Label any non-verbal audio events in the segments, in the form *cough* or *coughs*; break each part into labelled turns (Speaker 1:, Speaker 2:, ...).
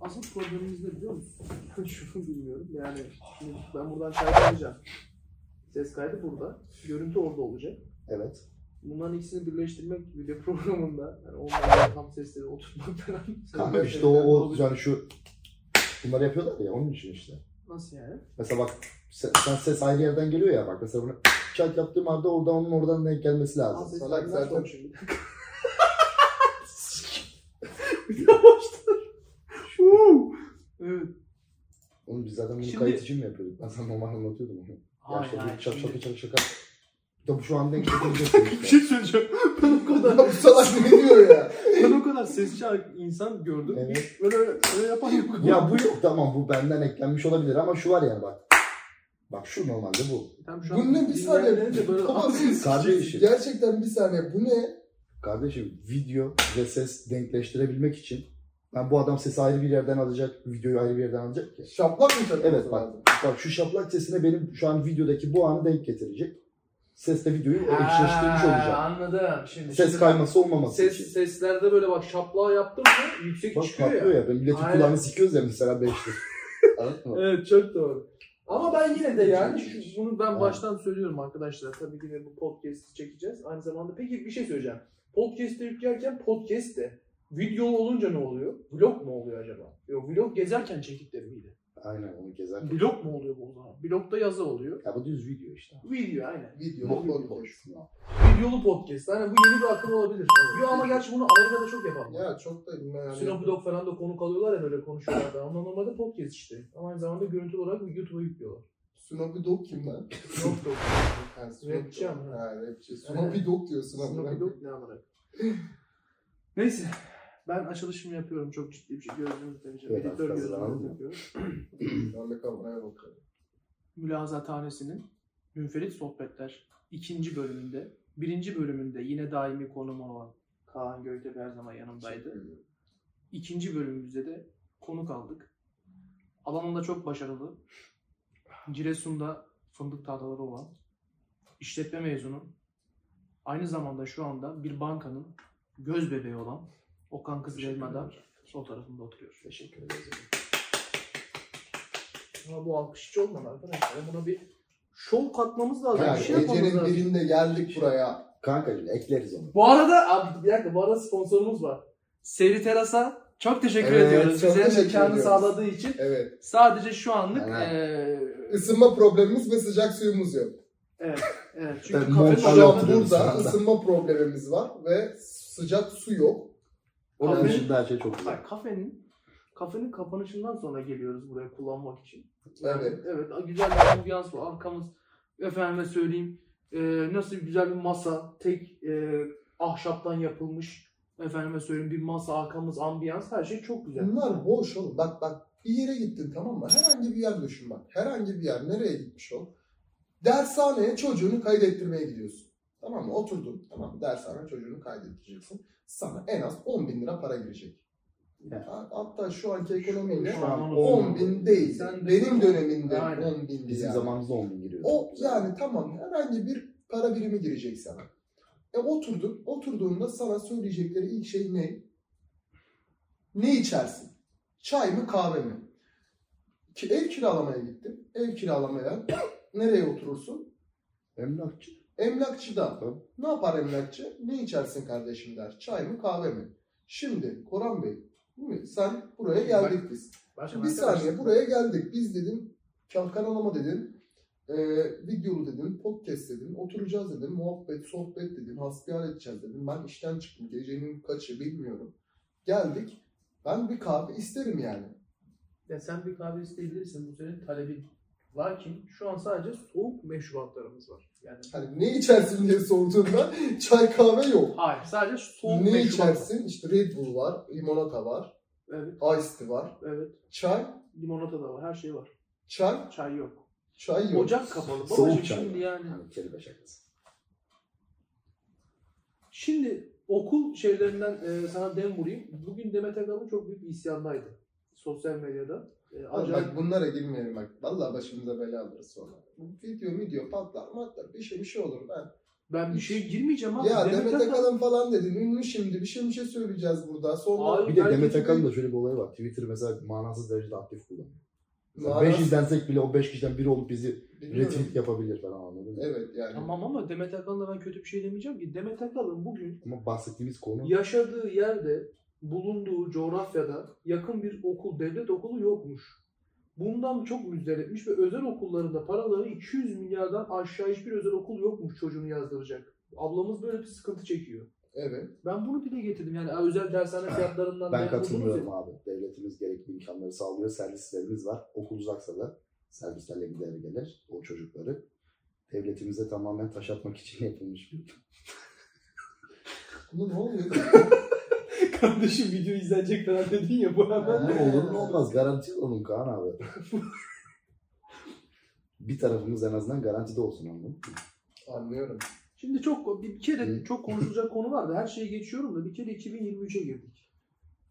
Speaker 1: Asıl problemimiz ne biliyor musun? *laughs* Şunu bilmiyorum. Yani şimdi ben buradan kaydı alacağım. Ses kaydı burada. Görüntü orada olacak.
Speaker 2: Evet.
Speaker 1: Bunların ikisini birleştirmek video programında yani onlarla tam sesleri oturtmak falan.
Speaker 2: *laughs* Kanka işte o, o yani şu bunları yapıyorlar ya onun için işte.
Speaker 1: Nasıl yani?
Speaker 2: Mesela bak sen, sen ses ayrı yerden geliyor ya bak mesela bunu çat yaptığım halde oradan onun oradan denk gelmesi
Speaker 1: Al
Speaker 2: lazım.
Speaker 1: ses
Speaker 2: Salak
Speaker 1: kaydından
Speaker 2: zaten.
Speaker 1: sonra şimdi. *laughs* Yavaşlar. Huu. evet.
Speaker 2: Oğlum biz zaten bunu
Speaker 1: Şimdi-
Speaker 2: kayıt için mi yapıyorduk? Ben sana normal anlatıyordum onu. Ya
Speaker 1: Hayır,
Speaker 2: işte
Speaker 1: hayır,
Speaker 2: bir çat
Speaker 1: şimdi-
Speaker 2: çat çat şaka. Da bu şu an denk getireceksin
Speaker 1: *laughs* Bir
Speaker 2: işte.
Speaker 1: şey söyleyeceğim. Ben o kadar
Speaker 2: Ya *laughs* bu salak ne diyor ya?
Speaker 1: Ben o kadar sesçi insan gördüm.
Speaker 2: Evet.
Speaker 1: Hiç Böyle, böyle yapan yok.
Speaker 2: *laughs* Ya bu yok tamam bu benden eklenmiş olabilir ama şu var yani bak. Bak şu normalde bu.
Speaker 1: Tam şu an
Speaker 3: Bu ne bir saniye?
Speaker 1: dinleyenlere de böyle
Speaker 3: Tamam,
Speaker 2: Kardeşim.
Speaker 3: Gerçekten bir saniye. Bu ne?
Speaker 2: Kardeşim video ve ses denkleştirebilmek için ben bu adam sesi ayrı bir yerden alacak, videoyu ayrı bir yerden alacak ki.
Speaker 3: Şaplak mı çakması
Speaker 2: Evet bak,
Speaker 3: lazım?
Speaker 2: bak şu şaplak sesine benim şu an videodaki bu anı denk getirecek. Sesle videoyu eşleştirmiş
Speaker 1: Ha,
Speaker 2: olacak.
Speaker 1: Anladım. Şimdi,
Speaker 2: Ses
Speaker 1: şimdi
Speaker 2: kayması olmaması için.
Speaker 1: Ses, seslerde böyle bak şaplağı yaptın mı yüksek
Speaker 2: Bak
Speaker 1: çıkıyor
Speaker 2: patlıyor
Speaker 1: ya.
Speaker 2: ya. Ben milletin
Speaker 1: Aynen.
Speaker 2: kulağını sikiyoruz ya mesela
Speaker 1: *laughs*
Speaker 2: beşli. Anladın mı?
Speaker 1: Evet çok doğru. Ama ben yine de yani şu- bunu ben
Speaker 2: Aynen.
Speaker 1: baştan söylüyorum arkadaşlar. Tabii ki de bu podcast'i çekeceğiz. Aynı zamanda peki bir şey söyleyeceğim. Podcast'te yüklerken podcast de video olunca ne oluyor? Vlog mu oluyor acaba? Yok vlog gezerken çektikleri miydi?
Speaker 2: Aynen onu gezer.
Speaker 1: Blog mu oluyor bu o zaman? Blogda yazı oluyor.
Speaker 2: Ya bu düz video işte.
Speaker 1: Video aynen.
Speaker 3: Video. podcast.
Speaker 1: Videolu podcast. Hani bu yeni bir akım olabilir. Yo ama gerçi bunu Amerika'da çok yapalım.
Speaker 3: Ya çok da yani.
Speaker 1: Sinopilog falan da konuk alıyorlar ya böyle konuşuyorlar da. Onlar normalde podcast işte. Ama aynı zamanda görüntü olarak bir YouTube'a yüklüyorlar.
Speaker 3: Snoopy Dogg
Speaker 1: *laughs*
Speaker 3: kim lan?
Speaker 1: Sinopilog.
Speaker 3: Ha, Snoopy
Speaker 1: Rapçi
Speaker 3: Dogg.
Speaker 1: ama.
Speaker 3: Ha rapçi. Snoopy Dogg diyor Snoopy Dogg.
Speaker 1: Sinopilog ne amına. *laughs* Neyse. Ben açılışımı yapıyorum çok ciddi bir şey. Gördüğünüz derece.
Speaker 2: Evet,
Speaker 1: Editör
Speaker 2: arkadaşlar, anladın
Speaker 1: gözlemini
Speaker 2: mı?
Speaker 1: yapıyorum.
Speaker 3: *clears throat* Ben de kameraya bakıyorum.
Speaker 1: Mülazathanesi'nin Münferit Sohbetler ikinci bölümünde, birinci bölümünde yine daimi konuğum olan Kaan Göytepe her zaman yanımdaydı. İkinci bölümümüzde de konuk aldık. Alanında çok başarılı. Giresun'da fındık tahtaları olan işletme mezunu. Aynı zamanda şu anda bir bankanın göz bebeği olan Okan Kızılelma'da sol tarafında oturuyor.
Speaker 2: Teşekkür ederiz.
Speaker 1: Ama bu alkış hiç olmadı arkadaşlar. Buna bir şov katmamız lazım.
Speaker 2: Ya
Speaker 1: bir şey yapmamız
Speaker 3: Gecenin
Speaker 1: lazım.
Speaker 3: birinde geldik buraya.
Speaker 2: Kankacığım ekleriz onu.
Speaker 1: Bu arada abi bir dakika bu arada sponsorumuz var. Seri Teras'a çok teşekkür
Speaker 3: Evet,
Speaker 1: ediyoruz.
Speaker 3: çok
Speaker 1: Bize
Speaker 3: teşekkür
Speaker 1: mekanı
Speaker 3: ediyoruz.
Speaker 1: sağladığı için.
Speaker 3: Evet.
Speaker 1: Sadece şu anlık
Speaker 2: Aynen.
Speaker 1: eee
Speaker 3: Isınma problemimiz ve sıcak suyumuz yok.
Speaker 1: evet, çünkü
Speaker 2: Ben
Speaker 1: kafenin
Speaker 2: Montreal'da
Speaker 3: Şu an
Speaker 1: ortamı,
Speaker 2: oturuyorum şu
Speaker 3: burada
Speaker 2: anda.
Speaker 3: ısınma problemimiz var ve sıcak su yok.
Speaker 2: Onun
Speaker 1: Abi-
Speaker 2: dışında her şey çok güzel.
Speaker 1: Bak, kafenin kafenin kapanışından sonra geliyoruz buraya kullanmak için.
Speaker 3: Evet.
Speaker 1: Evet güzel bir ambiyans var arkamız. Efendime söyleyeyim eee, nasıl güzel bir masa tek eee, ahşaptan yapılmış. Efendime söyleyeyim bir masa arkamız ambiyans her şey çok güzel.
Speaker 3: Bunlar boş oğlum. Bak bak bir yere gittin tamam mı? Herhangi bir yer düşün bak. Herhangi bir yer nereye gitmiş ol. Dershaneye çocuğunu kaydettirmeye gidiyorsun. Tamam mı? Oturdun. Tamam mı? Dershane çocuğunu kaydettireceksin. Sana en az 10 bin lira para girecek.
Speaker 2: Evet.
Speaker 3: Ha- Hatta şu anki ekonomiyle
Speaker 1: Şu an
Speaker 3: 10 bin değil.
Speaker 1: Sen de-
Speaker 3: Benim dönemimde
Speaker 1: Aynen.
Speaker 3: 10 bindi
Speaker 2: Bizim
Speaker 3: yani.
Speaker 2: zamanımızda 10 bin giriyordu.
Speaker 3: O yani tamam herhangi bir para birimi girecek sana. E oturdun. Oturduğunda sana söyleyecekleri ilk şey ne? Ne içersin? Çay mı kahve mi? Ki ev kiralamaya gittim. Ev kiralamaya *coughs* nereye oturursun?
Speaker 2: Emlakçı.
Speaker 3: Emlakçıda.
Speaker 2: Tamam.
Speaker 3: Ne yapar emlakçı? Ne içersin kardeşim der. Çay mı kahve mi? Şimdi Koran Bey değil mi? sen buraya geldik biz.
Speaker 1: Başka
Speaker 3: Bir saniye buraya geldik. Biz dedim kan- kanalıma dedim. E, videolu dedim, podcast dedim, oturacağız dedim, muhabbet, sohbet dedim, hasbihal edeceğiz dedim. Ben işten çıktım, gecenin kaçı bilmiyorum. Geldik, ben bir kahve isterim yani.
Speaker 1: Ya sen bir kahve isteyebilirsin. Bu senin talebin. Lakin şu an sadece soğuk meşrubatlarımız var. Yani
Speaker 3: Hani ne içersin diye sorduğunda *laughs* çay kahve yok.
Speaker 1: hayır sadece soğuk
Speaker 3: Ne
Speaker 1: meşrubat.
Speaker 3: içersin? İşte Red Bull var, limonata var,
Speaker 1: Evet,
Speaker 3: Ice Tea var,
Speaker 1: evet.
Speaker 3: çay,
Speaker 1: Limonata da var, her şey var.
Speaker 3: çay,
Speaker 1: Çay yok.
Speaker 3: çay yok.
Speaker 1: Ocak kapalı. Babacım
Speaker 2: Soğuk çay.
Speaker 1: şimdi yani.
Speaker 2: Yani kelime şakası.
Speaker 1: Şimdi okul şeylerinden e, sana dem vurayım. Bugün Demet Akalın çok büyük bir isyandaydı. Sosyal medyada. E,
Speaker 3: Abi
Speaker 1: acayip
Speaker 3: bak bunlara girmeyelim bak. Vallahi başımıza bela alırız sonra. Bu Video video patlar matlar bir şey bir şey olur. Ben
Speaker 1: Ben bir şey girmeyeceğim abi.
Speaker 3: Ya Demet, Akalın
Speaker 1: Akalın-
Speaker 3: falan dedin. Ünlü şimdi. Bir şey bir şey söyleyeceğiz burada.
Speaker 1: Abi,
Speaker 3: Sonra
Speaker 2: Bir de
Speaker 1: Belki
Speaker 2: Demet
Speaker 1: de-
Speaker 2: Akalın da şöyle bir olayı var. Twitter mesela manasız derecede aktif kullanıyor. Mesela
Speaker 3: Manasız-
Speaker 2: 5 izlensek bile o 5 kişiden biri olup bizi
Speaker 3: Bilmiyorum.
Speaker 2: retweet yapabilir falan anladın mı?
Speaker 3: Evet yani.
Speaker 1: Tamam ama Demet Akalın'a ben kötü bir şey demeyeceğim ki. Demet Akalın bugün
Speaker 2: Ama bahsettiğimiz konu
Speaker 1: yaşadığı yerde, bulunduğu coğrafyada yakın bir okul, devlet okulu yokmuş. Bundan çok müzdaripmiş ve özel okullarında paraları 200 milyardan aşağı hiçbir özel okul yokmuş çocuğunu yazdıracak. Ablamız böyle bir sıkıntı çekiyor.
Speaker 3: Evet.
Speaker 1: Ben bunu dile getirdim yani "Aa, özel dershane fiyatlarından
Speaker 2: Ben
Speaker 1: memnun
Speaker 2: katılmıyorum
Speaker 1: musunuz?"
Speaker 2: abi. Devletimiz gerekli imkanları sağlıyor. Servislerimiz var. Okul uzaksa da servislerle gider gelir o çocukları. Devletimize tamamen taş atmak için *laughs* yapılmış bir
Speaker 3: Bunu ne
Speaker 1: *laughs*
Speaker 3: oluyor?
Speaker 1: *laughs* Kardeşim video izlenecek falan dedin ya
Speaker 2: Ee,
Speaker 1: bu hemen.
Speaker 3: Ha.
Speaker 2: Ne olur ne olmaz. Garanti onun Kaan abi. bir tarafımız en azından garantide olsun anladın mı?
Speaker 3: Anlıyorum.
Speaker 1: Şimdi çok bir kere
Speaker 2: Hı.
Speaker 1: çok konuşulacak konu vardı. Her şeye geçiyorum da bir kere 2023'e girdik.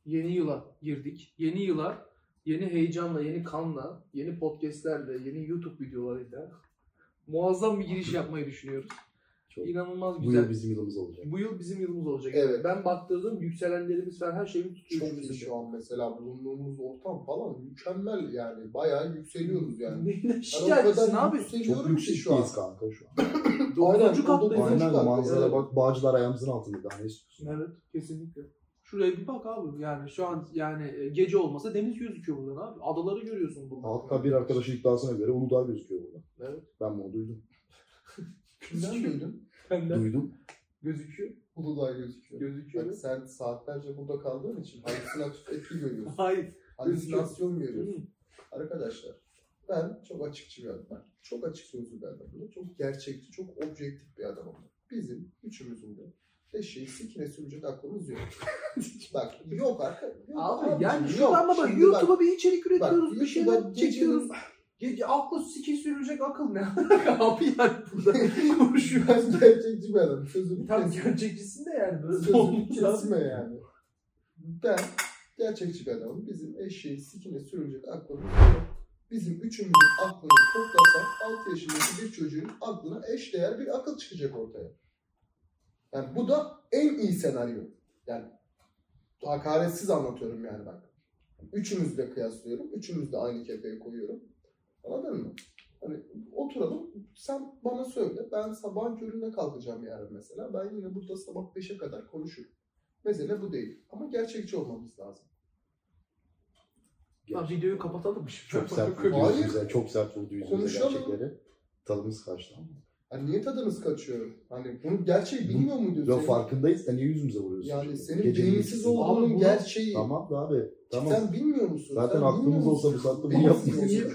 Speaker 1: Yeni yıla girdik. Yeni yıla yeni heyecanla, yeni kanla, yeni podcastlerle, yeni YouTube videolarıyla muazzam bir giriş yapmayı düşünüyoruz.
Speaker 2: Çok.
Speaker 1: İnanılmaz
Speaker 2: Bu
Speaker 1: güzel.
Speaker 2: yıl bizim yılımız olacak.
Speaker 1: Bu yıl bizim yılımız olacak.
Speaker 3: Evet.
Speaker 1: Ben baktırdım yükselenlerimiz falan her şeyimiz tutuyor.
Speaker 3: Çok iyi
Speaker 1: üstümüzde.
Speaker 3: şu an mesela bulunduğumuz ortam falan mükemmel yani. Bayağı yükseliyoruz yani.
Speaker 1: Neyden
Speaker 3: Ben o
Speaker 1: şikayetçisin
Speaker 3: kadar
Speaker 1: abi?
Speaker 2: Çok
Speaker 3: yükseliyorum ki şu an.
Speaker 2: yüksekteyiz kanka şu an.
Speaker 1: Dokuzuncu
Speaker 3: Aynen, o
Speaker 1: kattayız.
Speaker 3: dokuzuncu
Speaker 2: Aynen
Speaker 3: kat.
Speaker 2: manzara
Speaker 3: Evet.
Speaker 2: bak bağcılar ayağımızın altında daha ne istiyorsun?
Speaker 1: Evet kesinlikle. Şuraya bir bak abi yani şu an yani e, gece olmasa deniz gözüküyor buradan abi. Adaları görüyorsun buradan.
Speaker 2: Hatta bir arkadaşın iddiasına göre Uludağ gözüküyor burada.
Speaker 1: Evet.
Speaker 2: Ben bunu duydum.
Speaker 3: Kimden duydun?
Speaker 1: Benden
Speaker 2: Duydum.
Speaker 1: gözüküyor.
Speaker 3: Uludağ gözüküyor.
Speaker 1: Gözüküyor.
Speaker 3: Bak sen saatlerce burada kaldığın için halüsinatif etki görüyorsun.
Speaker 1: Hayır.
Speaker 3: Halüsinasyon görüyorsun.
Speaker 1: Hı.
Speaker 3: Arkadaşlar ben çok açıkçı bir adamım. Çok açık sözlü bir adamım. Çok gerçekçi, çok objektif bir adamım. Bizim üçümüzün de eşeği sikine sürecek
Speaker 1: *laughs*
Speaker 3: aklımız yok. bak yok arka. Yok,
Speaker 1: Abi yani
Speaker 3: abicim,
Speaker 1: şu ama bak
Speaker 3: Şimdi
Speaker 1: YouTube'a bir içerik üretiyoruz.
Speaker 3: bak,
Speaker 1: bir
Speaker 3: YouTube'a
Speaker 1: şeyler
Speaker 3: gecenin-
Speaker 1: çekiyoruz.
Speaker 3: *laughs*
Speaker 1: Gece aklı sikil sürülecek akıl ne? *laughs* abi yani burada konuşuyor.
Speaker 3: Ben gerçekçi bir adamım. Sözümü
Speaker 1: Tam
Speaker 3: kesme.
Speaker 1: gerçekçisin de yani. Böyle
Speaker 3: Sözümü
Speaker 1: olmuş abi.
Speaker 3: kesme yani. Ben gerçekçi bir adamım. Bizim eşeği sikine sürülecek aklımız yok. Bizim üçümüzün aklını toplasak 6 yaşındaki bir çocuğun aklına eşdeğer bir akıl çıkacak ortaya. Yani bu da en iyi senaryo. Yani hakaretsiz anlatıyorum yani bak. Üçümüzü de kıyaslıyorum. Üçümüzü de aynı kefeye koyuyorum. Anladın mı? Hani oturalım sen bana söyle. Ben sabahın köründe kalkacağım yarın mesela. Ben yine burada sabah 5'e kadar konuşurum. Mesele bu değil. Ama gerçekçi olmamız lazım.
Speaker 1: Lan videoyu kapatalım mı şimdi?
Speaker 2: Çok
Speaker 1: *laughs*
Speaker 2: sert
Speaker 1: Kötü.
Speaker 2: vurdu
Speaker 3: Hayır.
Speaker 2: yüzümüze. Çok sert vurdu yüzümüze
Speaker 3: Konuşalım.
Speaker 2: gerçekleri. Tadımız kaçtı ama.
Speaker 3: Hani niye tadınız kaçıyor? Hani bunun gerçeği bilmiyor muydun?
Speaker 2: Yo
Speaker 3: sen?
Speaker 2: farkındayız da niye yüzümüze vuruyorsun?
Speaker 3: Yani
Speaker 2: şimdi?
Speaker 3: senin
Speaker 2: Gecenin
Speaker 3: beyinsiz
Speaker 2: ikisinde.
Speaker 1: ol- Abi
Speaker 3: olduğunun
Speaker 1: bunu-
Speaker 3: gerçeği.
Speaker 2: Tamam da abi. Tamam.
Speaker 3: Sen bilmiyor musun?
Speaker 2: Zaten
Speaker 3: Sen
Speaker 2: aklımız
Speaker 3: bilmiyor
Speaker 2: olsa bu
Speaker 3: musun?
Speaker 2: saatte bunu
Speaker 3: Beyinsiz
Speaker 2: yapmayız.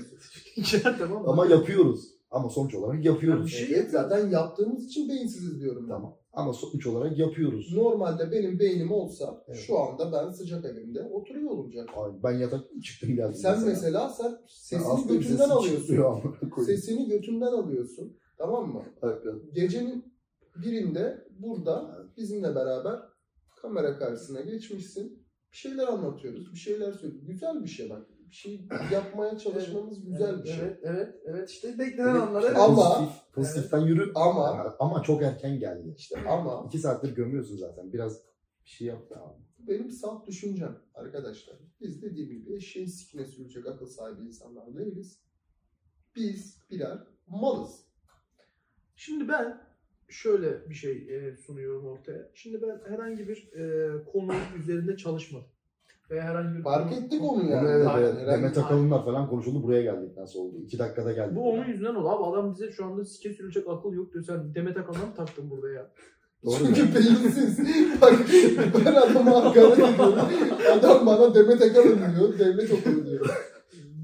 Speaker 3: olsa.
Speaker 1: ya tamam.
Speaker 2: Ama yapıyoruz. Ama sonuç olarak
Speaker 1: Ya bir
Speaker 2: yapıyoruz.
Speaker 1: şey-
Speaker 3: Evet zaten yaptığımız için beyinsiziz diyorum ben.
Speaker 2: Tamam. Ama sonuç olarak yapıyoruz.
Speaker 3: Normalde benim beynim olsa
Speaker 2: Evet.
Speaker 3: şu anda ben sıcak evimde oturuyor olacak.
Speaker 2: Abi ben yataktan çıktım geldim.
Speaker 3: Sen mesela sen sesini
Speaker 2: Aslında bize
Speaker 3: götünden
Speaker 2: sıçrıyor
Speaker 3: alıyorsun.
Speaker 2: amına koyayım.
Speaker 3: Sesini götünden alıyorsun. Tamam mı?
Speaker 2: Hakikaten.
Speaker 3: Gecenin birinde burada bizimle beraber kamera karşısına geçmişsin. Bir şeyler anlatıyoruz. Bir şeyler söylüyoruz. Güzel bir şey bak. Bir şey yapmaya çalışmamız güzel bir şey.
Speaker 1: Evet, evet, evet. İşte beklenen anlar. Evet.
Speaker 2: İşte
Speaker 3: Ama-
Speaker 2: pozitif- pozitiften yürü.
Speaker 3: Ama
Speaker 2: Ama çok erken geldi.
Speaker 3: işte ama
Speaker 2: İki saattir gömüyorsun zaten. Biraz bir şey yap da abi.
Speaker 3: benim salt düşüncem arkadaşlar. Biz dediğim gibi eşeğin sikine sürecek akıl sahibi insanlar değiliz. Biz birer malız.
Speaker 1: Şimdi ben şöyle bir şey e, sunuyorum ortaya. Şimdi ben herhangi bir e, konu üzerinde çalışmadım. Veya herhangi bir
Speaker 3: Fark
Speaker 1: konu-
Speaker 3: ettik onu yani.
Speaker 2: Bunu evet,
Speaker 1: Aynen,
Speaker 2: evet.
Speaker 3: herhalde.
Speaker 2: Demet Akalın'la falan konuşuldu. Buraya geldik nasıl oldu? İki dakikada geldik.
Speaker 1: Bu onun yüzünden oldu abi. Adam bize şu anda sike sürülecek akıl yok diyor. Sen Demet Akalın'a mı taktın burada ya?
Speaker 2: Doğru mu?
Speaker 3: Çünkü beyinsiz. *laughs* Bak ben adama hakaret ediyorum. Adam bana Demet Akalın diyor. Devlet okulu diyor.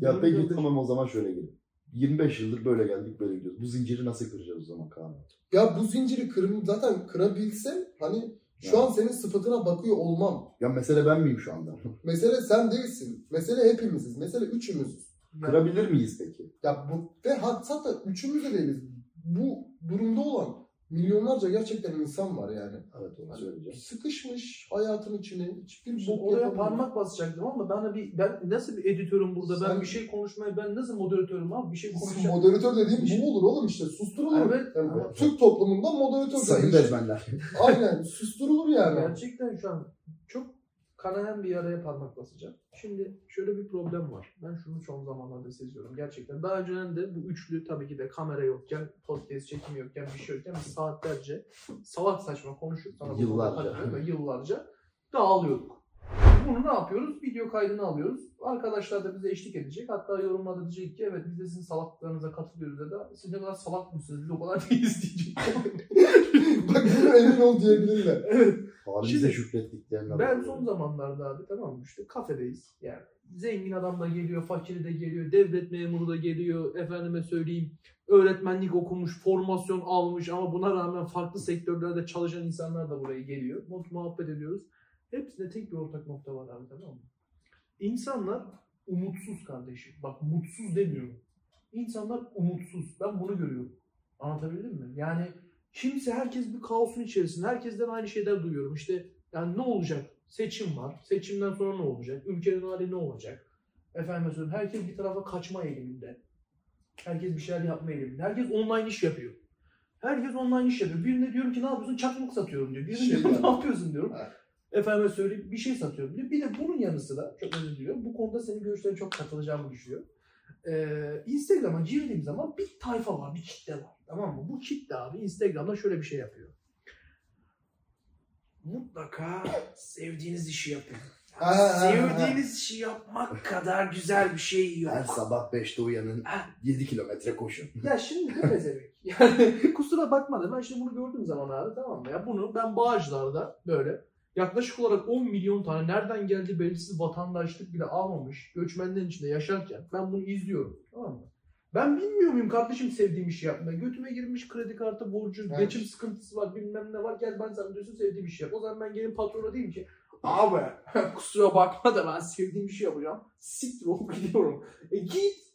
Speaker 2: Ya peki tamam o zaman şöyle gelin. 25 yıldır böyle geldik böyle gidiyoruz. Bu zinciri nasıl kıracağız o zaman Kaan?
Speaker 3: Ya bu zinciri kırım zaten kırabilsem hani şu
Speaker 2: Ya.
Speaker 3: an senin sıfatına bakıyor olmam.
Speaker 2: Ya mesele ben miyim şu *laughs* anda?
Speaker 3: Mesele sen değilsin. Mesele hepimiziz. Mesele üçümüzüz.
Speaker 2: Kırabilir miyiz peki?
Speaker 3: Ya bu ve hatta da üçümüz de değiliz. Bu durumda olan Milyonlarca gerçekten insan var yani.
Speaker 2: Evet onu söyleyeceğim.
Speaker 3: Sıkışmış hayatın içine. Hiçbir
Speaker 1: Şimdi
Speaker 3: bok
Speaker 1: oraya
Speaker 3: yapamıyor.
Speaker 1: parmak basacaktım ama bana bir ben nasıl bir editörüm burada?
Speaker 3: Sen-
Speaker 1: Ben bir şey konuşmaya ben nasıl moderatörüm abi? Bir şey
Speaker 3: Bizim
Speaker 1: konuşacağım.
Speaker 3: Moderatör dediğim bu olur oğlum işte. Susturulur.
Speaker 1: Evet.
Speaker 3: Yani
Speaker 1: ama
Speaker 3: Türk toplumunda moderatör
Speaker 2: Sayın
Speaker 3: dediğin-
Speaker 2: Bezmenler.
Speaker 3: Aynen susturulur yani.
Speaker 1: Gerçekten şu an çok kanayan bir yaraya parmak basacağım. Şimdi şöyle bir problem var. Ben şunu son zamanlarda seziyorum gerçekten. Daha önceden de bu üçlü tabii ki de kamera yokken, podcast çekim yokken, bir şey yokken biz saatlerce salak saçma konuşup sana bu
Speaker 2: Yıllarca.
Speaker 1: konuda katılıyorum ve yıllarca dağılıyorduk. Bunu ne yapıyoruz? Video kaydını alıyoruz. Arkadaşlar da bize eşlik edecek. Hatta yorumlarda diyecek ki evet biz de sizin salaklıklarınıza katılıyoruz ya da siz ne kadar salak mısınız? Biz o kadar *laughs* değiliz diyecek.
Speaker 3: *laughs* Bak bunu emin ol diyebilirler.
Speaker 1: evet.
Speaker 2: Halimize
Speaker 1: Şimdi-
Speaker 2: şükrettiklerine
Speaker 1: Ben
Speaker 2: bakıyorum.
Speaker 1: son zamanlarda abi tamam mı işte kafedeyiz yani zengin adam da geliyor, fakiri de geliyor, devlet memuru da geliyor, efendime söyleyeyim öğretmenlik okumuş, formasyon almış ama buna rağmen farklı sektörlerde çalışan insanlar da buraya geliyor. Mut muhabbet ediyoruz. Hepsinde tek bir ortak nokta var abi tamam mı? İnsanlar umutsuz kardeşim. Bak mutsuz demiyorum. İnsanlar umutsuz. Ben bunu görüyorum. Anlatabildim mi? Yani kimse herkes bir kaosun içerisinde. Herkesten aynı şeyler duyuyorum. İşte yani ne olacak? Seçim var. Seçimden sonra ne olacak? Ülkenin hali ne olacak? Efendim söyleyeyim. Herkes bir tarafa kaçma eğiliminde. Herkes bir şeyler yapma eğiliminde. Herkes online iş yapıyor. Herkes online iş yapıyor. Birine diyorum ki ne yapıyorsun? Çakmak satıyorum diyor. Birine
Speaker 3: Şey
Speaker 1: diyorum,
Speaker 3: yani.
Speaker 1: ne yapıyorsun diyorum.
Speaker 3: Ha.
Speaker 1: Efendime söyleyeyim bir şey satıyorum diyor. Bir de bunun yanı sıra çok özür diliyorum. Bu konuda senin görüşlerine çok katılacağımı düşünüyorum. Ee, Instagram'a girdiğim zaman bir tayfa var, bir kitle var. Tamam mı? Bu kitle abi Instagram'da şöyle bir şey yapıyor. Mutlaka sevdiğiniz işi yapın.
Speaker 3: Ha, ha, ha, ha.
Speaker 1: sevdiğiniz işi yapmak kadar güzel bir şey yok.
Speaker 2: Her sabah 5'te uyanın
Speaker 1: Ha.
Speaker 2: 7 kilometre koşun.
Speaker 1: Ya şimdi ne pezevenk? *laughs* Yani kusura bakma da ben şimdi bunu gördüğüm zaman abi tamam mı? Ya bunu ben Bağcılar'da böyle yaklaşık olarak 10 milyon tane nereden geldi belirsiz vatandaşlık bile almamış göçmenlerin içinde yaşarken ben bunu izliyorum tamam mı? Ben bilmiyor muyum kardeşim sevdiğim işi yapma. Götüme girmiş kredi kartı borcu,
Speaker 3: Evet.
Speaker 1: geçim sıkıntısı var bilmem ne var. Gel ben sana diyorsun sevdiğim işi yap. O zaman ben gelin patrona diyeyim ki abi kusura bakma da ben sevdiğim işi yapacağım. Siktir olup gidiyorum. E git.